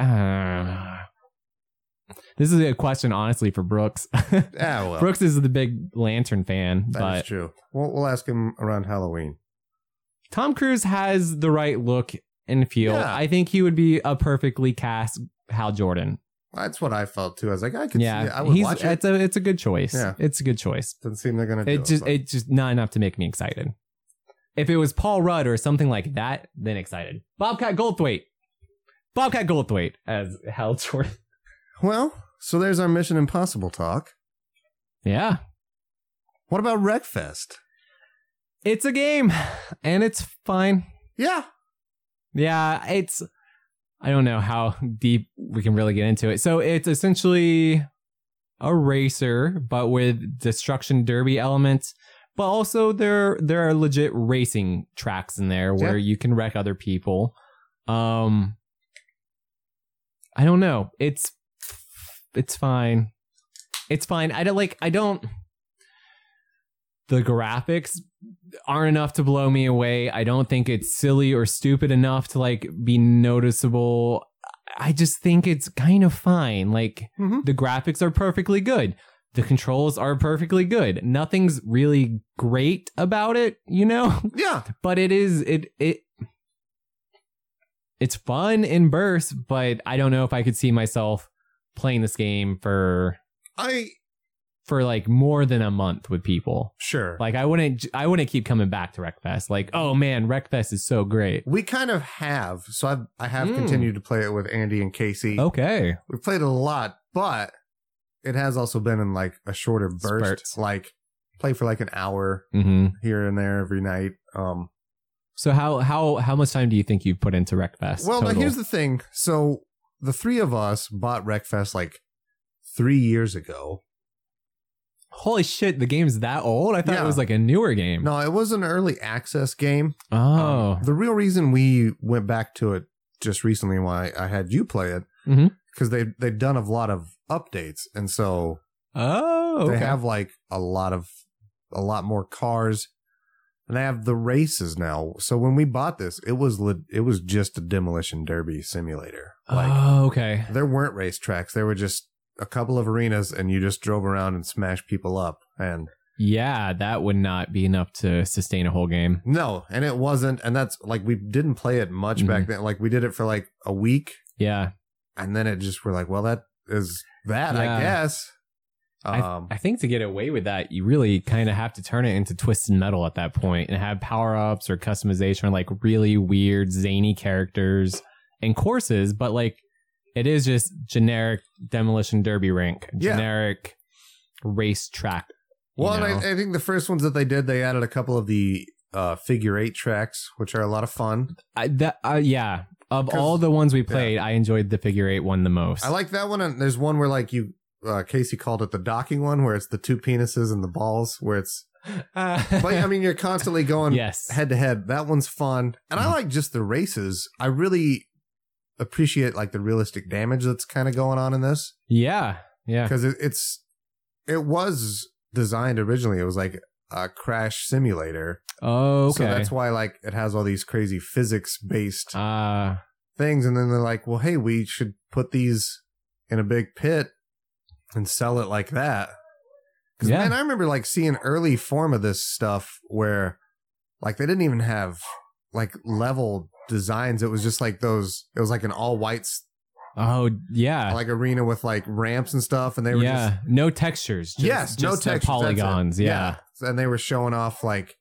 Uh, this is a question, honestly, for Brooks. Ah, well, Brooks is the big Lantern fan, that is but true. We'll, we'll ask him around Halloween. Tom Cruise has the right look and feel. Yeah. I think he would be a perfectly cast Hal Jordan. that's That's what I felt too. I was like, I could. yeah, see it. I would he's watch it. it's a it's a good choice. Yeah. it's a good choice. Doesn't seem they're gonna. do It just but- it just not enough to make me excited. If it was Paul Rudd or something like that, then excited. Bobcat Goldthwait, Bobcat Goldthwait as Hal Jordan. well, so there's our Mission Impossible talk. Yeah. What about Wreckfest? It's a game and it's fine. Yeah, Yeah, it's I don't know how deep we can really get into it. So it's essentially a racer but with destruction derby elements, but also there there are legit racing tracks in there where you can wreck other people. Um I don't know. It's it's fine. It's fine. I don't like I don't the graphics aren't enough to blow me away. I don't think it's silly or stupid enough to like be noticeable. I just think it's kind of fine. Like Mhm. the graphics are perfectly good. The controls are perfectly good. Nothing's really great about it, you know? yeah. but it is it it it's fun in bursts, but I don't know if I could see myself playing this game for I for like more than a month with people. sure. Like I wouldn't I wouldn't keep coming back to Wreckfest. Like, oh man, Wreckfest is so great. we kind of have. So I've, I have Mm. continued to play it with Andy and Casey. Okay. We've played it a lot, but it has also been in like a shorter burst. Spurts. Like play for like an hour hmm here and there every night. Um, So how how how much time do you think you've put into Wreckfest? well, now total? here's the thing. So the three of us bought Wreckfest like three years ago. holy shit, the game's that old. I thought Yeah. it was like a newer game. No, it was an early access game. Oh, Um, the real reason we went back to it just recently, why I had you play it, Mhm. because they they've done a lot of updates, and so oh, okay. they have like a lot of a lot more cars, and they have the races now. So when we bought this, it was le- it was just a demolition derby simulator. Like oh, okay. there weren't racetracks; there were just a couple of arenas, and you just drove around and smashed people up. And Yeah, that would not be enough to sustain a whole game. No, and it wasn't. And that's like we didn't play it much Mm-hmm. back then. Like we did it for like a week, Yeah, and then it just we're like, well, that is that, Yeah. I guess. I- Um, I think to get away with that, you really kind of have to turn it into twisted metal at that point and have power ups or customization or like really weird, zany characters and courses. But like, it is just generic demolition derby rink, Yeah. generic racetrack. you well, and know? I, I think the first ones that they did, they added a couple of the uh, figure eight tracks, which are a lot of fun. I- that uh, yeah. Of 'Cause- all the ones we played, I enjoyed the figure eight one the most. I like that one. And there's one where like you, uh, Casey called it the docking one, where it's the two penises and the balls, where it's. Uh, But I mean, you're constantly going yes. head to head. That one's fun. And I Mhm. like just the races. I really appreciate like the realistic damage that's kind of going on in this Yeah. Yeah. because it, it's it was designed originally. It was like a crash simulator. Oh, okay. So that's why like it has all these crazy physics based uh, things and then they're like, "Well, hey, we should put these in a big pit and sell it like that." Cuz Yeah. man, I remember like seeing early form of this stuff where like they didn't even have like level designs. It was just like those. It was like an all white Oh yeah, like arena with like ramps and stuff, and they were yeah. just no textures. Just, yes, just no the textures, that's it. polygons. Yeah. and they were showing off like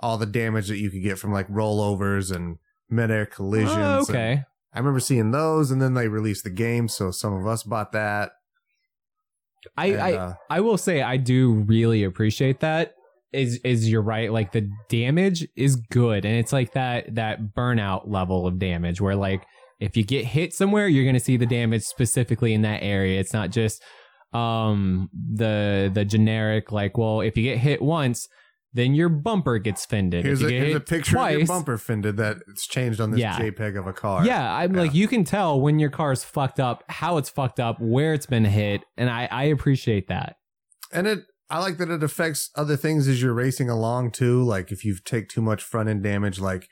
all the damage that you could get from like rollovers and midair collisions. Oh, and- okay. I remember seeing those, and then they released the game, so some of us bought that. I, and, I uh, I will say I do really appreciate that. Is is you're right? Like the damage is good, and it's like that that burnout level of damage where like if you get hit somewhere, you're gonna see the damage specifically in that area. It's not just um the the generic like well if you get hit once, then your bumper gets fended. here's if a, you get here's a hit picture of your twice- bumper fender that it's changed on this Yeah. JPEG of a car. Yeah, I'm like you can tell when your car's fucked up, how it's fucked up, where it's been hit, and I I appreciate that. and it I like that it affects other things as you're racing along too. Like if you take too much front end damage, like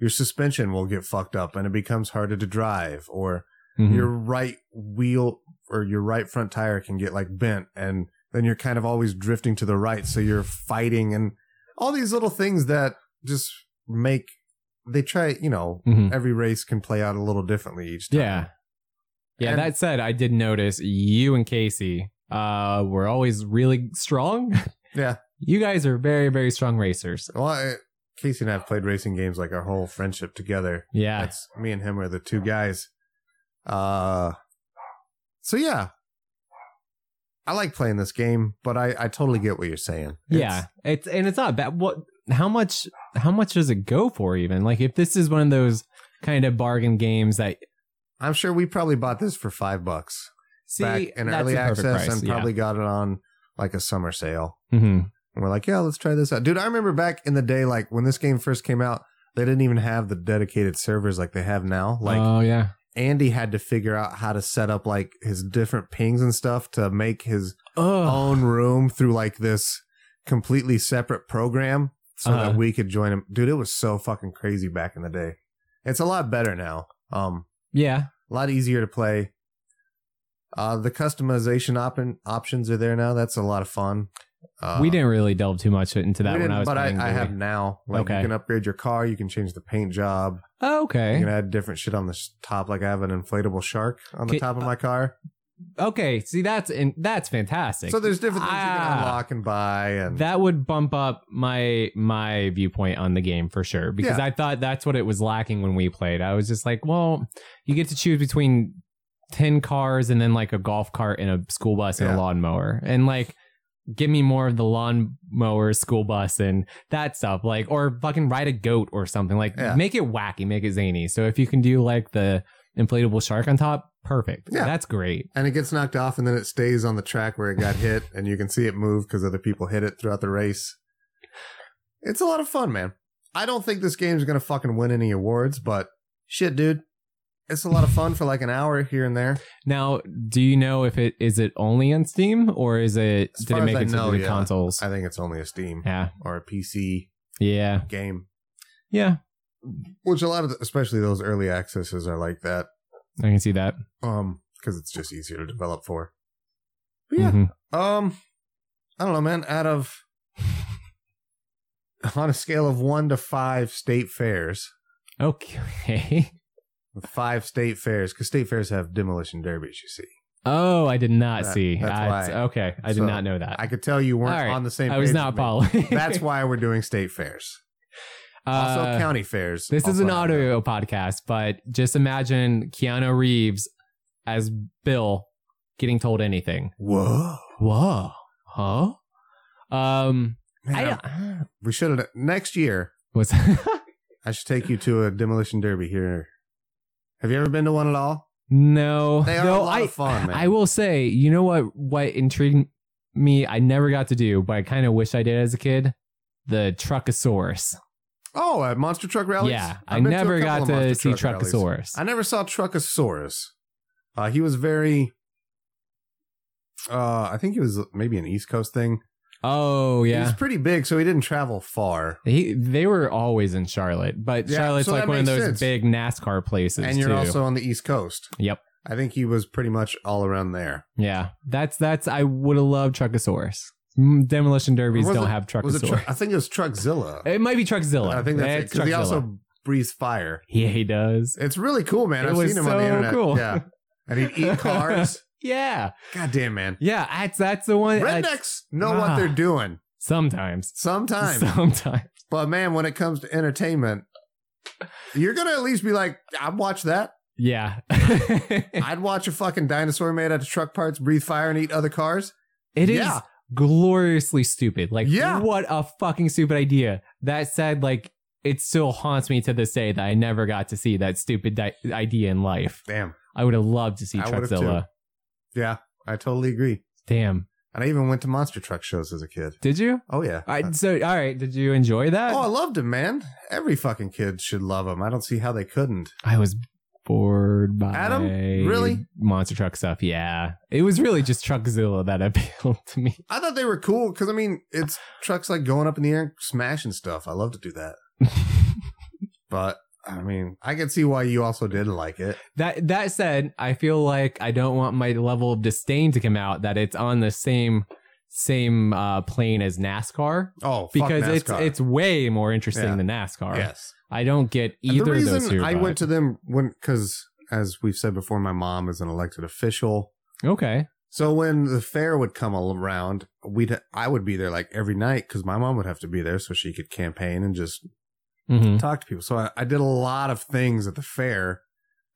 your suspension will get fucked up and it becomes harder to drive, or Mhm. your right wheel or your right front tire can get like bent and then you're kind of always drifting to the right so you're fighting and all these little things that just make they try you know Mhm. every race can play out a little differently each time Yeah. Yeah, And- that said, I did notice you and Casey uh, were always really strong. Yeah. You guys are very, very strong racers. well I, casey and i have played racing games like our whole friendship together Yeah. That's me and him are the two guys. Uh so yeah. I like playing this game, but I, I totally get what you're saying. It's- yeah. It's and it's not bad. What how much how much does it go for even? Like if this is one of those kind of bargain games that I'm sure we probably bought this for five bucks see back in that's early the perfect access price, and yeah. probably got it on like a summer sale. Mhm. And we're like, yeah, let's try this out. Dude, I remember back in the day, like when this game first came out, they didn't even have the dedicated servers like they have now. Like oh yeah. Andy had to figure out how to set up like his different pings and stuff to make his Oh, own room through like this completely separate program so Uh-huh. that we could join him. Dude, it was so fucking crazy back in the day. It's a lot better now. Um, yeah. a lot easier to play. Uh, the customization op- options are there now. That's a lot of fun. Uh, we didn't really delve too much into we that when didn't, I was but playing, I, I did we? have now. Like Okay. you can upgrade your car, you can change the paint job, Oh, you okay. can add different shit on the sh- top. Like I have an inflatable shark on the Can- top of my car, Okay. See that's in, that's fantastic. so there's different things you can Ah. unlock and buy. And that would bump up my my viewpoint on the game for sure because Yeah. I thought that's what it was lacking when we played. I was just like, well, you get to choose between 10 cars and then like a golf cart and a school bus and Yeah. a lawnmower. And like give me more of the lawnmower, school bus and that stuff like or fucking ride a goat or something. Like Yeah. make it wacky, make it zany. So if you can do like the inflatable shark on top, perfect. Yeah. That's great. and it gets knocked off and then it stays on the track where it got hit and you can see it move because other people hit it throughout the race it's a lot of fun man i don't think this game's gonna fucking win any awards but shit dude it's a lot of fun for like an hour here and there Now, do you know if it is it only on Steam or is it As did far it as make I it know, to the yeah. consoles? i think it's only a steam Yeah. or a pc Yeah. game Yeah. which a lot of the, especially those early accesses are like that I can see that. um because it's just easier to develop for but yeah Mhm. Um, I don't know, man. Out of on a scale of one to five state fairs, Okay. five state fairs, because state fairs have demolition derbies. You see, Oh, I did not That- see. that's That's- why. okay. I did So, not know that. I could tell you weren't All right. on the same. I, was page not with me. following. That's why we're doing state fairs, also Uh, county fairs. This is also an have them. audio podcast, but just imagine Keanu Reeves as Bill getting told anything. Whoa! Whoa. Huh? Um Man, I I'm- don't we should have next year. was I should take you to a demolition derby here. Have you ever been to one at all? No, They are though a lot I, of fun, man. I will say, you know what? What intrigued me, I never got to do, but I kind of wish I did as a kid. The Truckosaurus. Oh, at monster truck rallies. Yeah, I've I been a never couple got of to monster see truck rallies. Truckosaurus. I never saw Truckosaurus. Uh, he was very. Uh, I think he was maybe an East Coast thing. oh He was yeah, pretty big, so he didn't travel far. he, they were always in Charlotte, but Yeah, Charlotte's so like that one of makes those sense. big NASCAR places. And you're too. also on the East Coast. Yep. I think he was pretty much all around there. yeah, that's that's I would have loved Truckosaurus. Mm, Demolition derbies Was don't it- have Was it Truckosaurus. tru- I think it was Truckzilla. it might be Truckzilla. I think that's it. 'cause Truckzilla. he also breathes fire. Yeah, he does. It's really cool, man. It I've was seen him on the so internet. cool. Yeah, and he'd eat cars. Yeah, God damn, man. yeah. That's that's the one. that's- Rednecks know what ah. they're doing sometimes, sometimes, sometimes. but man, when it comes to entertainment, you're gonna at least be like, I'd watch that. Yeah, I'd watch a fucking dinosaur made out of truck parts breathe fire and eat other cars. It is Yeah. gloriously stupid. Like, Yeah. what a fucking stupid idea. That said, like, it still haunts me to this day that I never got to see that stupid di- idea in life. Damn. I would have loved to see I would've Truckzilla. Yeah, I totally agree. Damn. And I even went to monster truck shows as a kid. Did you? Oh yeah. I, so, all right. Did you enjoy that? oh, I loved him, man. Every fucking kid should love him. I don't see how they couldn't. I was bored by Adam? Really? monster truck stuff. Yeah, it was really just Truckzilla that appealed to me. I thought they were cool because I mean, it's trucks like going up in the air and smashing stuff. I love to do that, but I mean, I can see why you also didn't like it. That that said, I feel like I don't want my level of disdain to come out that it's on the same same uh, plane as NASCAR Oh, because fuck it's NASCAR. it's way more interesting Yeah. than NASCAR. yes. I don't get either the of those reason two. I vibes. went to them when because as we've said before, my mom is an elected official. okay, So when the fair would come around, we'd I would be there like every night because my mom would have to be there so she could campaign and just hmm talk to people. So I, I did a lot of things at the fair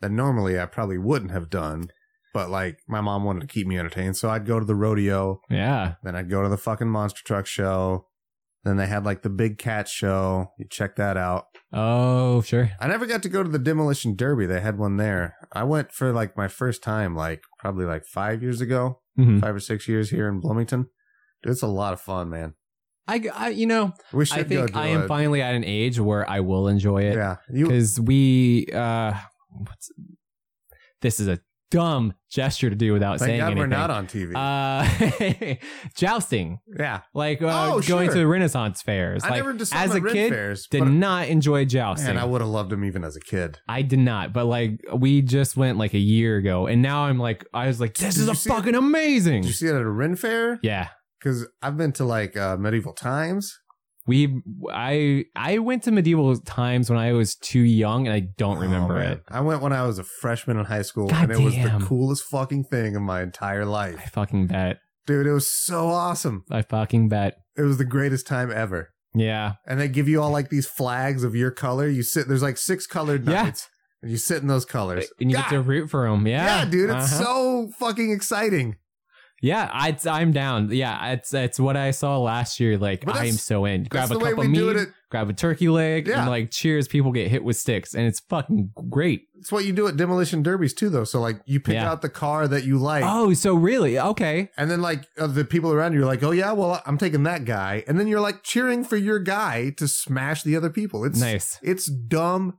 that normally I probably wouldn't have done. But like my mom wanted to keep me entertained. So I'd go to the rodeo, yeah, then I'd go to the fucking monster truck show. Then they had like the big cat show. You check that out. oh sure, I never got to go to the demolition derby. They had one there. I went for like my first time, like probably like five years ago, Mhm. five or six years here in Bloomington. Dude, it's a lot of fun, man. I, I you know We should I go think do I am it. finally at an age where I will enjoy it. Yeah, you. because we uh what's, this is a dumb gesture to do without Thank saying God anything. we're not on TV. uh jousting yeah, like uh, Oh, going sure. to the renaissance fairs I like never just as a red kid fairs, did but- not enjoy jousting Man, I would have loved him even as a kid. I did not but like we just went like a year ago and now I'm like I was like this Did is you a see- fucking amazing Did you see that at a Ren Fair? yeah Because I've been to like uh, medieval times. we I I went to medieval times when I was too young and I don't remember Oh, man. it I went when I was a freshman in high school, God and it was the damn. coolest fucking thing of my entire I life, fucking bet dude. It was so awesome. I fucking bet It was the greatest time ever. yeah And they give you all like these flags of your color. You sit there's like six colored Yeah. knights, and you sit in those colors. and you God, get to root for him. Yeah, yeah, dude, it's Uh-huh. so fucking exciting. yeah. I, I'm down. Yeah, it's it's what I saw last year. Like But I that's- am so in. Grab That's a the way cup of we do it. meat, At, grab a turkey leg, Yeah. and like cheers. People get hit with sticks, and it's fucking great. it's what you do at demolition derbies too, though. So like, you pick Yeah. out the car that you like. Oh, so really? Okay. And then like uh, the people around you are like, oh yeah, well I'm taking that guy, and then you're like cheering for your guy to smash the other people. It's Nice. it's dumb,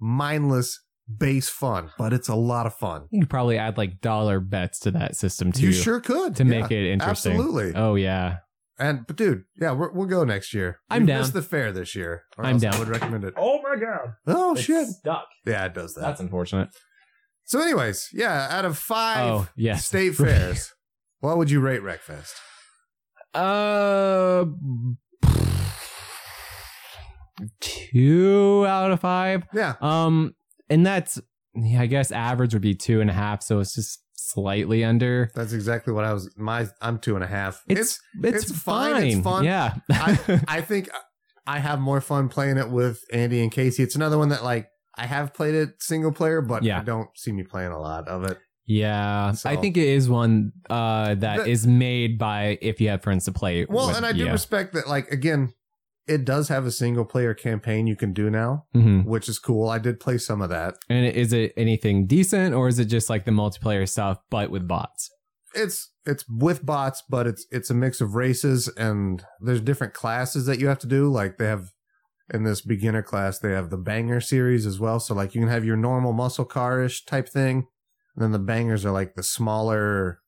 mindless base fun, but it's a lot of fun. You could probably add like dollar bets to that system too. you sure could to Yeah, make it interesting. Absolutely. Oh yeah. and but dude, yeah, we're, we'll go next year. I'm We down. Missed the fair this year. or I'm else I down. would recommend it. Oh my god. Oh shit. Stuck. Yeah, it does that. That's unfortunate. so, anyways, yeah, out of five Oh yes. state fairs, what would you rate Wreckfest? Uh. Two out of five. Yeah, Um, and that's yeah, I guess average would be two and a half, so it's just slightly under. that's exactly what I was. My I'm two and a half. It's it's, it's fine. fine, it's fun. Yeah, I, I think I have more fun playing it with Andy and Casey. It's another one that like I have played it single player, but Yeah. I don't see me playing a lot of it. yeah. So- I think it is one uh that is The- made by if you have friends to play. Well, with, and I do yeah. respect that. Like again, it does have a single player campaign you can do now, Mhm. which is cool. I did play some of that. And is it anything decent, or is it just like the multiplayer stuff but with bots? It's it's with bots, but it's it's a mix of races and there's different classes that you have to do. Like they have in this beginner class, they have the banger series as well. So like you can have your normal muscle car-ish type thing. And then the bangers are like the smaller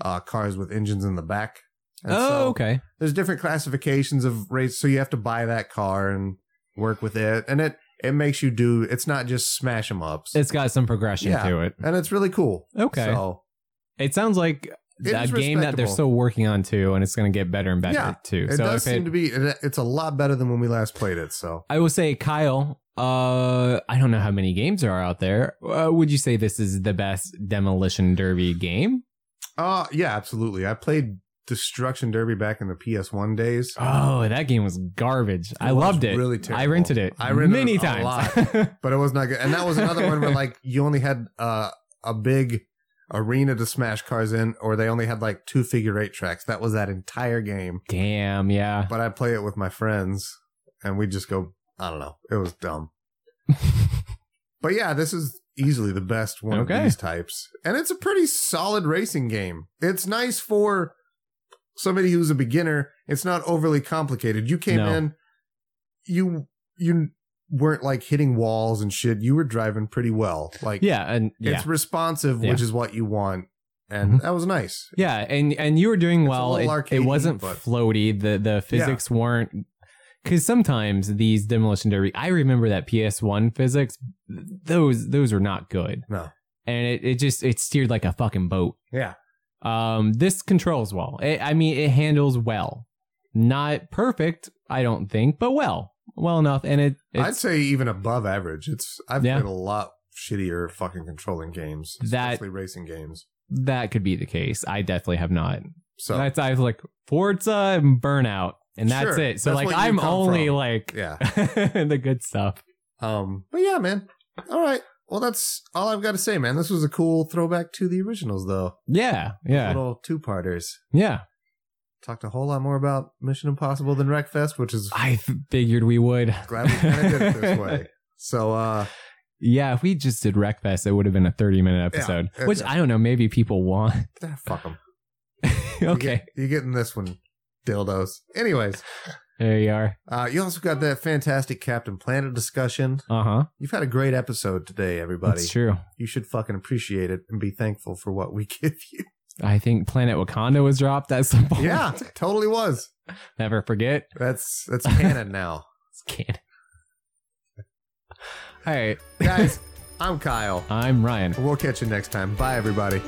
uh, cars with engines in the back. And oh, so okay. There's different classifications of race, so you have to buy that car and work with it. And it it makes you do. It's not just smash 'em ups, It's got some progression Yeah. to it. and it's really cool. Okay. So It sounds like It a is game that they're respectable. still working on too, and it's going to get better and better Yeah, too. It so does if it, seem to be. It, it's a lot better than when we last played it. So I will say, Kyle, uh, I don't know how many games there are out there. Uh, would you say this is the best demolition derby game? Uh yeah, absolutely. I played Destruction Derby back in the PS1 days. Oh, that game was garbage. I was loved it. really terrible. I rented it. I rented many it a times. But it was not good. And that was another one where like you only had uh a big arena to smash cars in or they only had like two figure eight tracks. That was that entire game. Damn. Yeah. But I play it with my friends and we just go I don't know. It was dumb. But yeah, this is easily the best one Okay. of these types. And it's a pretty solid racing game. It's nice for somebody who's a beginner. It's not overly complicated. You came No. in you you weren't like hitting walls and shit. You were driving pretty well. Like yeah. And yeah. it's responsive, Yeah. Mm-hmm. which is what you want. And that was nice. Yeah, and and you were doing It's a well. It, little it arcadey, wasn't but- floaty. The the physics weren't because sometimes these demolition derby. I remember that PS one physics. Those those were not good. No. and it, it just it steered like a fucking boat. Yeah. Um, this controls well. It, I mean, it handles well. Not perfect, I don't think, but well, well enough. And it I'd it's, say even above average. It's I've Yeah. played a lot shittier fucking controlling games, That- especially racing games. that could be the case. I definitely have not. So That's I was like Forza and Burnout, and that's Sure. it. So That's like what you I'm come only from. like yeah. the good stuff. Um, but yeah, man. All right. Well, that's all I've got to say, man. This was a cool throwback to the originals, though. Yeah, yeah, Little two parters. yeah. Talked a whole lot more about Mission Impossible than Wreckfest, which is I f- figured we would. glad we kind of did it this way. So, uh, Yeah, if we just did Wreckfest, it would have been a 30 minute episode, Yeah. which I don't know, maybe people want. ah, fuck them. okay, You're getting this one, dildos. Anyways, there you are. uh, you also got that fantastic Captain Planet discussion. Uh huh. You've had a great episode today, everybody. That's true. You should fucking appreciate it and be thankful for what we give you. I think Planet Wakanda was dropped at some point. yeah, totally was. Never forget. That's that's canon now. It's canon. All right. Guys, I'm Kyle. I'm Ryan. We'll catch you next time. Bye, everybody.